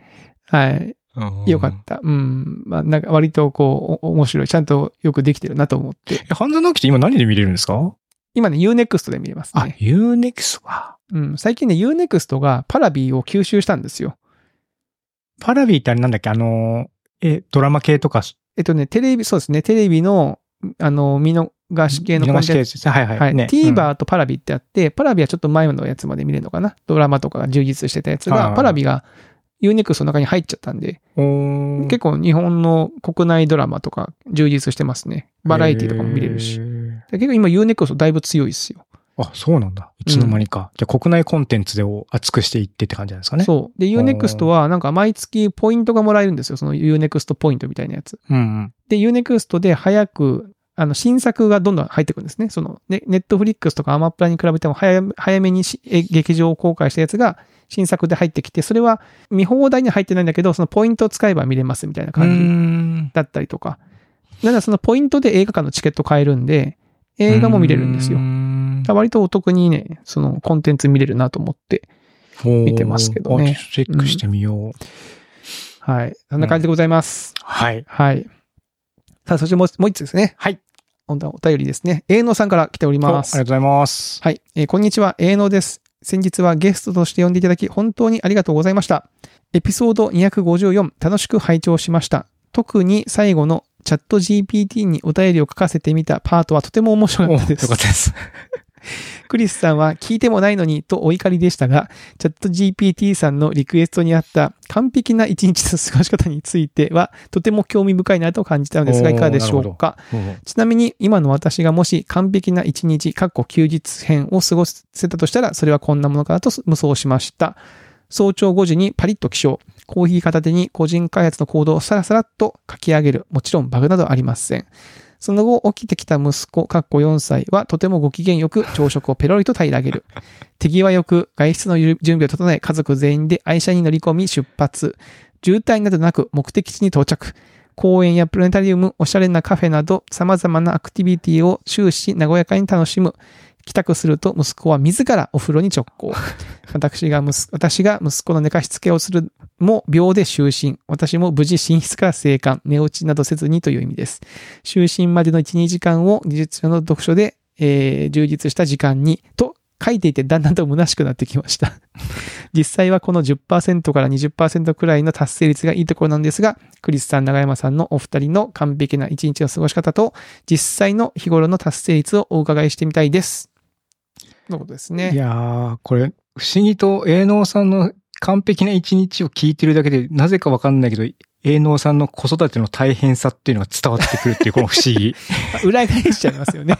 Speaker 2: はい。よかった。うん。まあ、なんか割とこう、お面白い。ちゃんとよくできてるなと思って。
Speaker 1: た。半沢直樹って今何で見れるんですか
Speaker 2: 今ね、Unext で見れます
Speaker 1: あ
Speaker 2: ね。、
Speaker 1: Unext は。
Speaker 2: うん。最近ね、Unext がパラビーを吸収したんですよ。
Speaker 1: パラビーってあれなんだっけあの、え、ドラマ系とか、
Speaker 2: えっとね、テレビ、そうですね、テレビの、あの、見逃し系の
Speaker 1: 見
Speaker 2: コ
Speaker 1: 逃
Speaker 2: ン
Speaker 1: し
Speaker 2: テ
Speaker 1: 系
Speaker 2: ン
Speaker 1: で
Speaker 2: ツ。
Speaker 1: すねはいはい。
Speaker 2: はい。
Speaker 1: ね
Speaker 2: TVer とパラビってあって、パラビはちょっと前のやつまで見れるのかな。ドラマとかが充実してたやつ
Speaker 1: はいはい
Speaker 2: が、
Speaker 1: はい
Speaker 2: パラビが Unext の中に入っちゃったんで、
Speaker 1: うんおー
Speaker 2: 結構日本の国内ドラマとか充実してますね。バラエティとかも見れるし。
Speaker 1: へー
Speaker 2: で結構今 Unext だいぶ強いですよ。
Speaker 1: あ、そうなんだ。いつの間にか。じゃあ国内コンテンツでを厚くしていってって感じなんですかね。
Speaker 2: そう。で、Unext は、なんか毎月ポイントがもらえるんですよ。その Unext ポイントみたいなやつ。
Speaker 1: う。うん
Speaker 2: で、Unext で早く、あの、新作がどんどん入ってくるんですね。その、ね、ネットフリックスとかアマプラに比べても早め早めにしえ劇場公開したやつが新作で入ってきて、それは見放題には入ってないんだけど、そのポイントを使えば見れますみたいな
Speaker 1: うん。うー
Speaker 2: 感じ
Speaker 1: ん。
Speaker 2: だったりとか。なので、そのポイントで映画館のチケット買えるんで、映画も見れるんですよ
Speaker 1: う。ん
Speaker 2: だから割とお得にね、そのコンテンツ見れるなと思って見てますけどね
Speaker 1: おーあチェックしてみよう。
Speaker 2: はい。そんな感じでございます。
Speaker 1: はい。
Speaker 2: はい。さあ、そしてもうもう一つですね。
Speaker 1: はい。
Speaker 2: 今度はお便りですね。営農さんから来ており
Speaker 1: おあり
Speaker 2: ま
Speaker 1: がとう
Speaker 2: す。
Speaker 1: ございます。
Speaker 2: はい、えーこんにちは。営農です。先日はゲストとして呼んでいただき、本当にありがとうございました。エピソード254、楽しく拝聴しました。特に最後のチャット GPT にお便りを書かせてみたパートはとても面白か
Speaker 1: お
Speaker 2: ったで
Speaker 1: よ
Speaker 2: す
Speaker 1: かっ。たです。
Speaker 2: クリスさんは聞いてもないのにとお怒りでしたが、チャット GPT さんのリクエストにあった完璧な一日の過ごし方については、とても興味深いなと感じたのですが、
Speaker 1: おー
Speaker 2: いかがでしょうか。ちなみに、今の私がもし完璧な一日、かっこ休日編を過ごせたとしたら、それはこんなものかなと無双しました。早朝5時にパリッと起床。コーヒー片手に個人開発の行動をさらさらっと書き上げる。もちろんバグなどありません。その後、起きてきた息子、かっこ4歳は、とてもご機嫌よく朝食をペロリと平らげる。 手際よく、外出の準備を整え、家族全員で愛車に乗り込み出発。渋滞などなく目的地に到着。公園やプラネタリウム、おしゃれなカフェなど、様々なアクティビティを終始和やかに楽しむ。帰宅すると息子は自らお風呂に直行。 私が息子、私が息子の寝かしつけをするも秒で就寝。私も無事寝室から生還。寝落ちなどせずにという意味です。就寝までの1、2時間を技術者の読書で、えー充実した時間に、と書いていてだんだんと虚しくなってきました。 実際はこの10%から20%くらいの達成率がいいところなんですが、クリスさん、長山さんのお二人の完璧な一日の過ごし方と、実際の日頃の達成率をお伺いしてみたいです。のことですね。
Speaker 1: いやー、これ、不思議と営農さんの完璧な一日を聞いてるだけで、なぜかわかんないけど、営農さんの子育ての大変さっていうのが伝わってくるっていう、この不思 議。
Speaker 2: 裏返しちゃいます よね。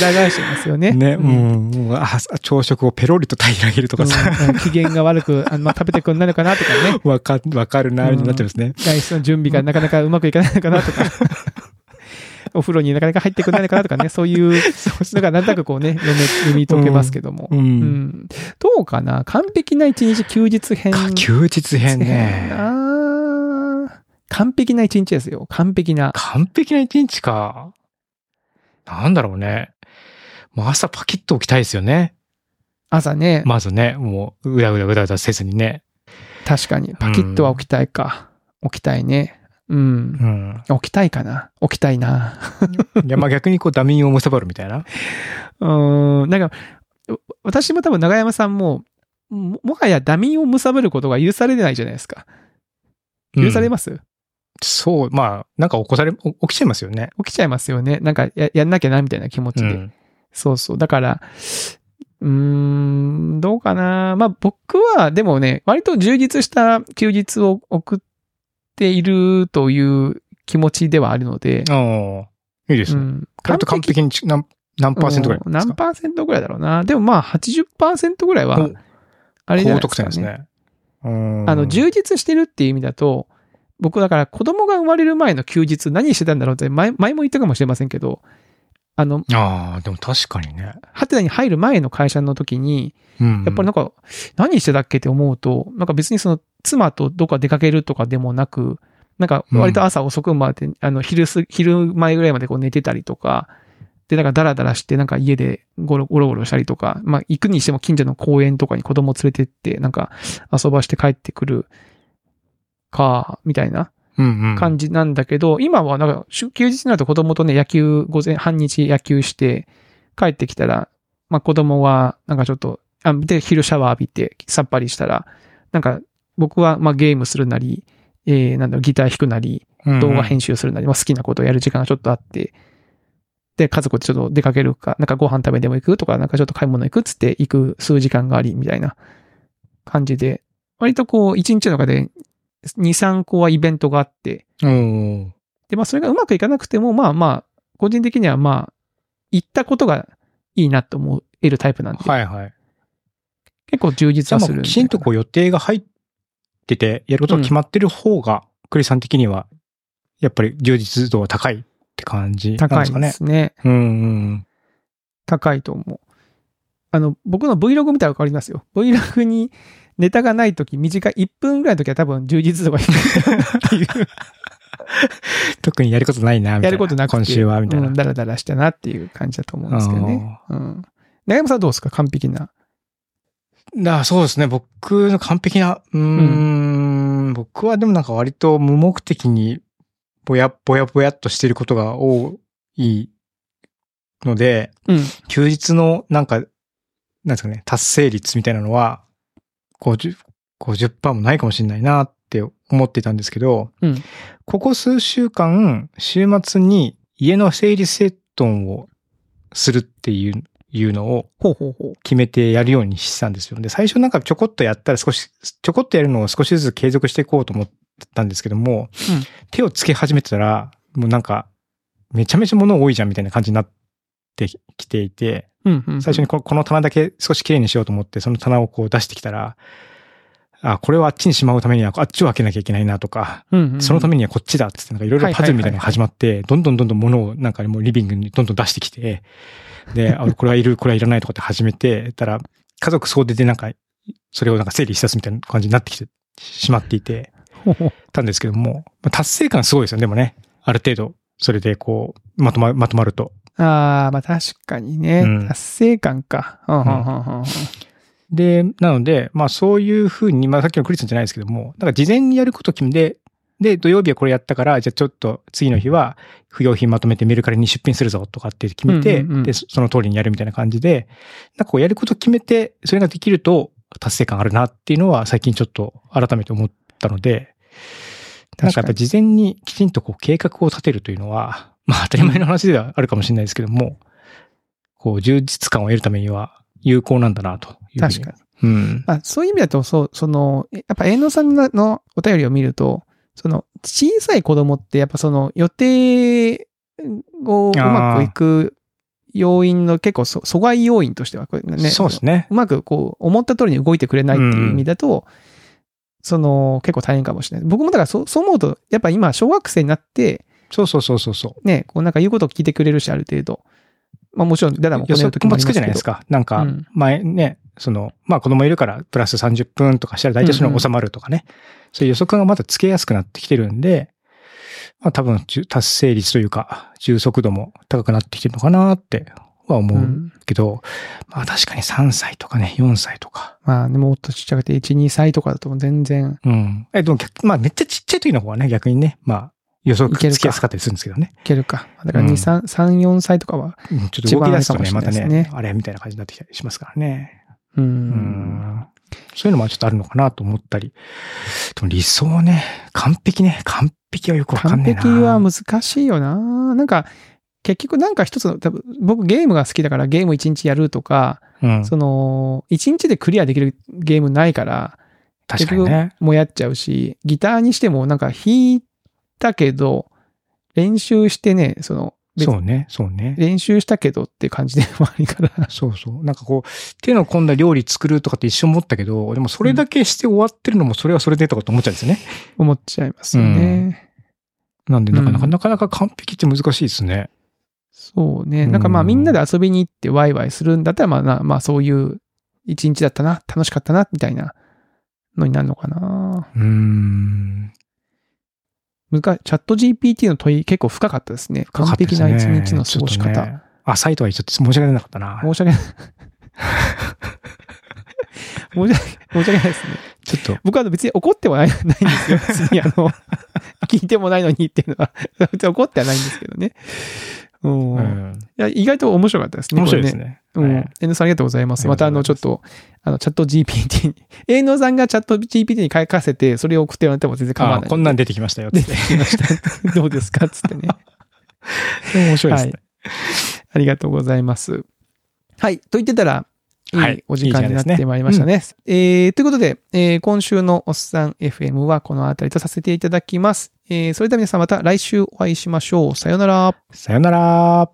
Speaker 2: 裏返しちゃいますよね。
Speaker 1: ね、
Speaker 2: うん
Speaker 1: うん、もうあ朝食をペロリと平らげるとかさ、
Speaker 2: うんうん機嫌が悪く、あの、まあ、食べてくんないのかなとかね。
Speaker 1: わか、わかるな、みたいになってますね。
Speaker 2: 外出の準備がなかなかうまくいかないのかな とか。お風呂になかなか入ってくんないのかなとかね。そういう、
Speaker 1: そうそ
Speaker 2: だからなんとなくこうね、読め、読み解けますけども。
Speaker 1: う。う。
Speaker 2: うんん。どうかな完璧な一日休日編。
Speaker 1: か、休日編ね。
Speaker 2: あー完璧な一日ですよ。完璧な。
Speaker 1: 完璧な一日か。なんだろうね。もう朝パキッと起きたいですよね。
Speaker 2: 朝ね。
Speaker 1: まずね、もう、うだうだうだうだせずにね。
Speaker 2: 確かに。パキッとは起きたいか。起きたいね。うん。
Speaker 1: うん。
Speaker 2: 起きたいかな。起きたいな。
Speaker 1: いや、まあ逆にこう、ダミーを貪るみたいな。
Speaker 2: うーん。なんか、う私も多分永山さんも、ももはやダミーを貪ることが許されないじゃないですか。許され
Speaker 1: ま
Speaker 2: ます、
Speaker 1: す、そう、まあ、なんか起こされ、お起きちゃいますよね。
Speaker 2: 起きちゃいますよね。なんかややんなきゃなみたいな気持ち
Speaker 1: う
Speaker 2: で。
Speaker 1: ん。
Speaker 2: そうそう。だから、うーん、どうかな。まあ僕は、でもね、割と充実した休日を送っているという気持ちではあるので、
Speaker 1: ああ、いいです
Speaker 2: う
Speaker 1: ね。
Speaker 2: ん、
Speaker 1: 割と完璧にち何、何パーセントぐらい
Speaker 2: うん
Speaker 1: です
Speaker 2: 何
Speaker 1: か
Speaker 2: パーセントぐらいだろうな。でもまあ80%ぐらい
Speaker 1: お
Speaker 2: は、あれじゃ
Speaker 1: 高
Speaker 2: ないで
Speaker 1: 得
Speaker 2: すか、
Speaker 1: 点
Speaker 2: ね。
Speaker 1: ですね。うん
Speaker 2: あの、充実してるっていう意味だと、僕だから子供が生まれる前の休日何してたんだろうって前前も言ったかもしれませんけど、あの、
Speaker 1: ああ、でも確かにね。
Speaker 2: ハテナに入る前の会社の時に、
Speaker 1: うん。
Speaker 2: やっぱりなんか、何してたっけって思うと、なんか別にその、妻とどっか出かけるとかでもなく、なんか割と朝遅くまで、あの、昼す、昼前ぐらいまでこう寝てたりとか、で、なんかダラダラして、なんか家でゴロゴロゴロしたりとか、まあ行くにしても近所の公園とかに子供連れてって、なんか遊ばして帰ってくるか、みたいな
Speaker 1: うんうん、
Speaker 2: 感じなんだけど、今はなんか、しゅ休日になると子供とね、野球、午前、半日野球して、帰ってきたら、まあ子供は、なんかちょっと、あ、で、昼シャワー浴びて、さっぱりしたら、なんか、僕は、まあゲームするなり、えー、なんだろう、ギター弾くなり、
Speaker 1: うんうん
Speaker 2: 動画編集するなり、まあ好きなことをやる時間がちょっとあって、で、家族でちょっと出かけるか、なんかご飯食べでも行くとか、なんかちょっと買い物行くっつって行く数時間があり、みたいな感じで、割とこう、一日の中で、2、3個はイベントがあって、
Speaker 1: おー
Speaker 2: で、まあ、それがうまくいかなくても、まあまあ、個人的にはまあ、行ったことがいいなと思えるタイプなんで、
Speaker 1: はいはい。
Speaker 2: 結構充実
Speaker 1: じゃ
Speaker 2: は
Speaker 1: あます
Speaker 2: るん
Speaker 1: あ、
Speaker 2: で。
Speaker 1: きちんとこう予定が入ってて、やることが決まってる方が、クリスさん的には、やっぱり充実度は高いって感じなん
Speaker 2: 高
Speaker 1: で
Speaker 2: い
Speaker 1: すか
Speaker 2: で
Speaker 1: ね。
Speaker 2: すね。
Speaker 1: うんうん。
Speaker 2: 高いと思う。あの、僕の Vlog 見たらわかりますよ。Vlog にネタがないとき、短い、1分ぐらいのときは多分充実度が低い。
Speaker 1: 特にやることないな、みたいな。
Speaker 2: やることなくて。
Speaker 1: 今週は、みたいな。
Speaker 2: うん、ダラダラしたなっていう感じだと思うんですけどね。うん。長山さんどうですか完璧な。
Speaker 1: なそうですね。僕の完璧な、うーん、ん、僕はでもなんか割と無目的に、ぼや、ぼやぼやっとしてることが多いので、
Speaker 2: うん。
Speaker 1: 休日のなんか、なんですかね、達成率みたいなのは、50、50%もないかもしれないなって思ってたんですけど、
Speaker 2: うん
Speaker 1: ここ数週間、週末に家の整理整頓をするっていう、いうのを
Speaker 2: ほうほうほう。
Speaker 1: 決めてやるようにしたんですよ。で、最初なんかちょこっとやったら少し、ちょこっとやるのを少しずつ継続していこうと思ったんですけども、
Speaker 2: うん
Speaker 1: 手をつけ始めてたら、もうなんか、めちゃめちゃ物多いじゃんみたいな感じになってきていて、
Speaker 2: うん、うん。
Speaker 1: 最初にここの棚だけ少し綺麗にしようと思って、その棚をこう出してきたら、あ、これをあっちにしまうためにはあっちを開けなきゃいけないなとか、
Speaker 2: うん、うんうん。
Speaker 1: そのためにはこっちだっつって、なんかいろいろパズルみたいなのが始まって、どんどんどんどん物をなんかもうリビングにどんどん出してきて、で、あこれはいる、これはいらないとかって始めて、たら、家族総出でなんか、それをなんか整理し出すみたいな感じになってきてしまっていて、
Speaker 2: ほうほう。
Speaker 1: たんですけども、まあ達成感すごいですよね、でもね。ある程度、それでこう、まとま、まとまると。
Speaker 2: ああ、まあ確かにね。
Speaker 1: うん
Speaker 2: 達成感か。うんうんうんうん
Speaker 1: で、なので、まあそういうふうに、まあさっきのクリスさんじゃないですけども、なんか事前にやることを決めて、で、土曜日はこれやったから、じゃあちょっと次の日は不要品まとめてメルカリに出品するぞとかって決めて、
Speaker 2: うんうんうん
Speaker 1: で、そその通りにやるみたいな感じで、なんかこうやることを決めて、それができると達成感あるなっていうのは最近ちょっと改めて思ったので、なんかやっぱ事前にきちんとこう計画を立てるというのは、まあ当たり前の話ではあるかもしれないですけども、こう充実感を得るためには有効なんだなというふうに
Speaker 2: 確かに。
Speaker 1: うん。
Speaker 2: まあそういう意味だと、そう、その、やっぱ遠野さんのお便りを見ると、その、小さい子供ってやっぱその予定をうまくいく要因の結構そ阻害要因としては、これね。
Speaker 1: そうですね。
Speaker 2: うまくこう、思った通りに動いてくれないっていう意味だと、その、結構大変かもしれない。僕もだからそう、そう思うと、やっぱ今、小学生になって、
Speaker 1: そうそうそうそうそう。
Speaker 2: ね、こうなんか言うことを聞いてくれるし、ある程度。まあもちろん、だだもこ
Speaker 1: 予
Speaker 2: ねる
Speaker 1: 測
Speaker 2: 時も
Speaker 1: も
Speaker 2: あり
Speaker 1: つ
Speaker 2: ま
Speaker 1: く
Speaker 2: す
Speaker 1: じゃ
Speaker 2: け
Speaker 1: ない
Speaker 2: ど
Speaker 1: です。か。なん
Speaker 2: う
Speaker 1: か
Speaker 2: ん、
Speaker 1: 前ね、その、まあ子供いるから、プラス30分とかしたら大体その収まるとかね。そういう予測がまたつけやすくなってきてるんで、まあ多分、じゅ達成率というか、充足度も高くなってきてるのかなっては思
Speaker 2: う
Speaker 1: うんけど、まあ確かに3歳とかね、4歳とか。
Speaker 2: まあ、でももっとちっちゃくて、1、2歳とかだと全然、
Speaker 1: うん。え、でも逆、まあめっちゃちっちゃい時の方はね、逆にね、まあ予測
Speaker 2: いけるか
Speaker 1: つきやすかったりするんですけどね。
Speaker 2: いけるか。だから2、
Speaker 1: うん
Speaker 2: 3、3、4歳とかは、
Speaker 1: うんちょっと動き出すとね、
Speaker 2: 一番
Speaker 1: ま
Speaker 2: あ
Speaker 1: た
Speaker 2: れかもしれないですね
Speaker 1: ね、あれみたいな感じになってきたりしますからね。
Speaker 2: う。
Speaker 1: うんん。そういうのもちょっとあるのかなと思ったり。でも理想ね、完璧ね、完璧はよくわかん
Speaker 2: 完
Speaker 1: ねえな。
Speaker 2: 璧は難しいよな。なんか、結局なんか一つの、多分僕ゲームが好きだからゲーム1日やるとか、
Speaker 1: うん。
Speaker 2: その、1日でクリアできるゲームないから、
Speaker 1: 確かにね。
Speaker 2: もやっちゃうし、ギターにしてもなんか弾いたけど、練習してね、その、別
Speaker 1: そうね、そうね。
Speaker 2: 練習したけどって感じでもあるから。
Speaker 1: そうそう。なんかこう、手の込んだ料理作るとかって一瞬思ったけど、でもそれだけして終わってるのもそれはそれでとかって思っちゃうんですよね。
Speaker 2: 思っちゃいますよね。
Speaker 1: なんで、なかなか、
Speaker 2: うん
Speaker 1: なかなか完璧って難しいですね。
Speaker 2: そうね。
Speaker 1: うん
Speaker 2: なんかまあみんなで遊びに行ってワイワイするんだったらまあな、まあそういう一日だったな、楽しかったな、みたいなのになるのかな。
Speaker 1: うーん。
Speaker 2: 難しチャット GPT の問い結構深かったですね。
Speaker 1: 深か
Speaker 2: 完
Speaker 1: ったで
Speaker 2: 璧
Speaker 1: すね
Speaker 2: な一日の過ごし
Speaker 1: ちょっと
Speaker 2: 方。
Speaker 1: ねあ、サイトはちょっと申し訳なかったな。
Speaker 2: 申し 訳ない。申し訳申し訳ないですね。
Speaker 1: ちょっと、
Speaker 2: 僕は別に怒ってはないないん ですよ。別にあの、聞いてもないのにっていうのは、別に怒ってはないんですけどね。うん
Speaker 1: うん
Speaker 2: いや意外と面白かったですね。
Speaker 1: 面白いで
Speaker 2: これ
Speaker 1: すね。
Speaker 2: う
Speaker 1: は
Speaker 2: ん
Speaker 1: い。
Speaker 2: N さんありがとうございます。
Speaker 1: あり
Speaker 2: ま
Speaker 1: が
Speaker 2: た
Speaker 1: と
Speaker 2: あ
Speaker 1: う
Speaker 2: の、
Speaker 1: ご
Speaker 2: ち
Speaker 1: ざ
Speaker 2: ょ
Speaker 1: い
Speaker 2: っと、あの、チャット GPT に、 営農さんがチャット GPT に書かせて、それを送ってもらっても全然構わ
Speaker 1: あ
Speaker 2: ない。
Speaker 1: こんなん出てきましたよって。
Speaker 2: 出てきました。 どうですかつってね。
Speaker 1: 面白いですね。
Speaker 2: ありがとうございます。はい。と言ってたら、い
Speaker 1: はい
Speaker 2: いお時間になってまいりましたね。えーということで、えー今週のおっさん FM はこのあたりとさせていただきます。えーそれでは皆さんまた来週お会いしましょう。さようなら。
Speaker 1: さよなら。